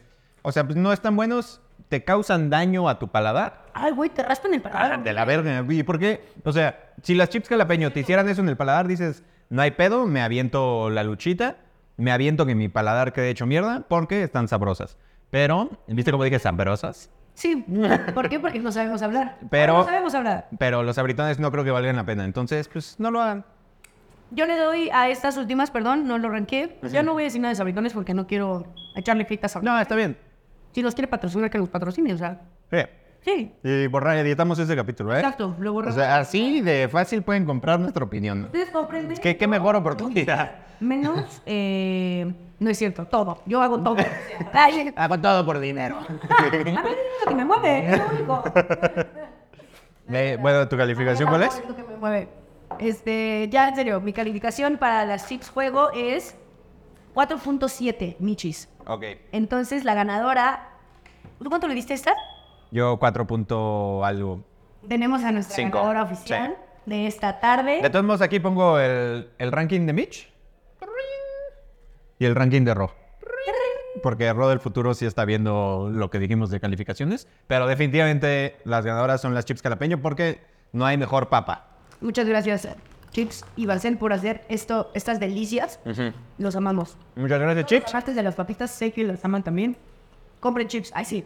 C: O sea, pues no están buenos, te causan daño a tu paladar.
B: Ay, güey, te raspan el
C: Ah,
B: paladar.
C: de la verga. ¿Y por qué? O sea, si las chips jalapeño te hicieran eso en el paladar, dices, no hay pedo, me aviento la luchita, me aviento que mi paladar quede hecho mierda porque están sabrosas. Pero, ¿viste cómo dije sabrosas?
B: Sí. ¿Por qué? Porque no sabemos hablar.
C: Pero-
B: No sabemos hablar.
C: Pero los abritones no creo que valgan la pena. Entonces, pues no lo hagan.
B: Yo le doy a estas últimas, perdón, no lo ranqué. Yo no voy a decir nada de sabritones porque no quiero echarle fitas a...
C: No, está bien.
B: Si los quiere patrocinar, que los patrocine, o sea...
C: Sí.
B: Sí,
C: Y borrar, editamos ese capítulo, ¿eh?
B: exacto, lo borré.
C: O sea, así de fácil pueden comprar nuestra opinión.
B: Ustedes comprenden.
C: ¿Qué, qué mejor oportunidad?
B: Menos, eh, no es cierto, todo. Yo hago todo. Ay,
G: Hago Ah, todo por dinero.
B: a ver, lo que me mueve, es lo único.
C: Eh, bueno, ¿tu calificación cuál es?
B: Lo que me mueve. Este, ya en serio, mi calificación para las chips juego es 4.7 michis.
C: Ok.
B: Entonces, la ganadora... ¿Tú cuánto le diste a esta?
C: Yo 4 punto algo.
B: Tenemos a nuestra
C: Cinco.
B: ganadora oficial de esta tarde.
G: ¿Eh?
C: De todos modos, aquí pongo el, el ranking de Mitch. Y el ranking de Ro. Porque Ro del futuro sí está viendo lo que dijimos de calificaciones. Pero definitivamente las ganadoras son las chips calapeño porque no hay mejor papa.
B: Muchas gracias, Chips y Basel, por hacer esto, estas delicias. Los amamos.
C: Muchas gracias, Mm. chips.
B: Partes de las papitas, sé que las aman también. Compren chips. Ay, sí.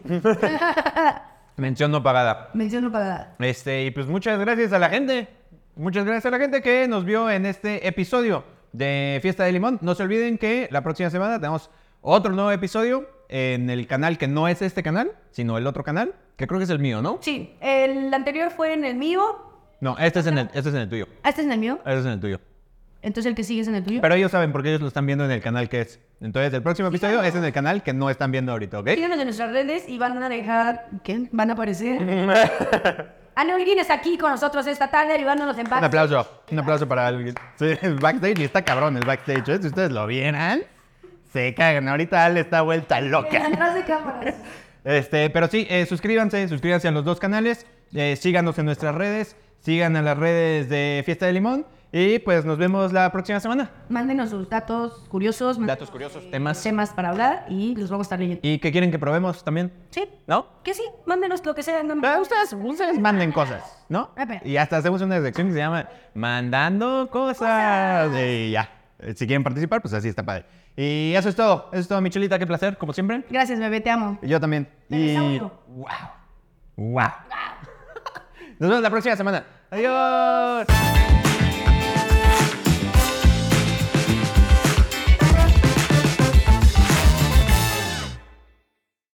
C: Mención no pagada.
B: Menciono para...
C: Este, y pues muchas gracias a la gente. Muchas gracias a la gente que nos vio en este episodio de Fiesta de Limón. No se olviden que la próxima semana tenemos otro nuevo episodio en el canal que no es este canal, sino el otro canal, que creo que es el mío, ¿no?
B: Sí, el anterior fue en el mío.
C: No, este es en el, este es en el tuyo.
B: Ah, este es en el mío.
C: Este es en el tuyo.
B: Entonces el que sigue es en el tuyo.
C: Pero ellos saben porque ellos lo están viendo en el canal que es. Entonces, el próximo episodio es en el canal que no están viendo ahorita, ¿ok?
B: Síganos en nuestras redes y van a dejar... ¿Qué? Van a aparecer. Ana Irene está aquí con nosotros esta tarde ayudándonos en paz.
C: Un aplauso, un aplauso para alguien. Sí, el backstage y está cabrón el backstage, ¿eh? Si ustedes lo vieran, se cagan. Ahorita Ale está vuelta loca.
B: Atrás de cámaras.
C: Este, pero sí, eh, suscríbanse, suscríbanse a los dos canales, eh, síganos en nuestras redes, sigan a las redes de Fiesta de Limón y pues nos vemos la próxima semana.
B: Mándenos sus datos curiosos.
C: Datos curiosos, temas.
B: Temas para hablar y los vamos a estar leyendo.
C: ¿Y qué quieren que probemos también?
B: Sí.
C: ¿No?
B: Que sí, mándenos lo que sea. no-
C: Ah, Eh, Ustedes, ustedes manden cosas. ¿No?
B: Ah, pero-
C: Y hasta hacemos una sección que se llama Mandando Cosas. Y ya. Eh, Si quieren participar, pues así está padre. Y eso es todo. Eso es todo, mi chulita. Qué placer, como siempre.
B: Gracias, bebé, te amo.
C: Yo también.
I: Te
C: y...
I: desahogo.
C: ¡Wow! ¡Wow! Nos vemos la próxima semana. ¡Adiós!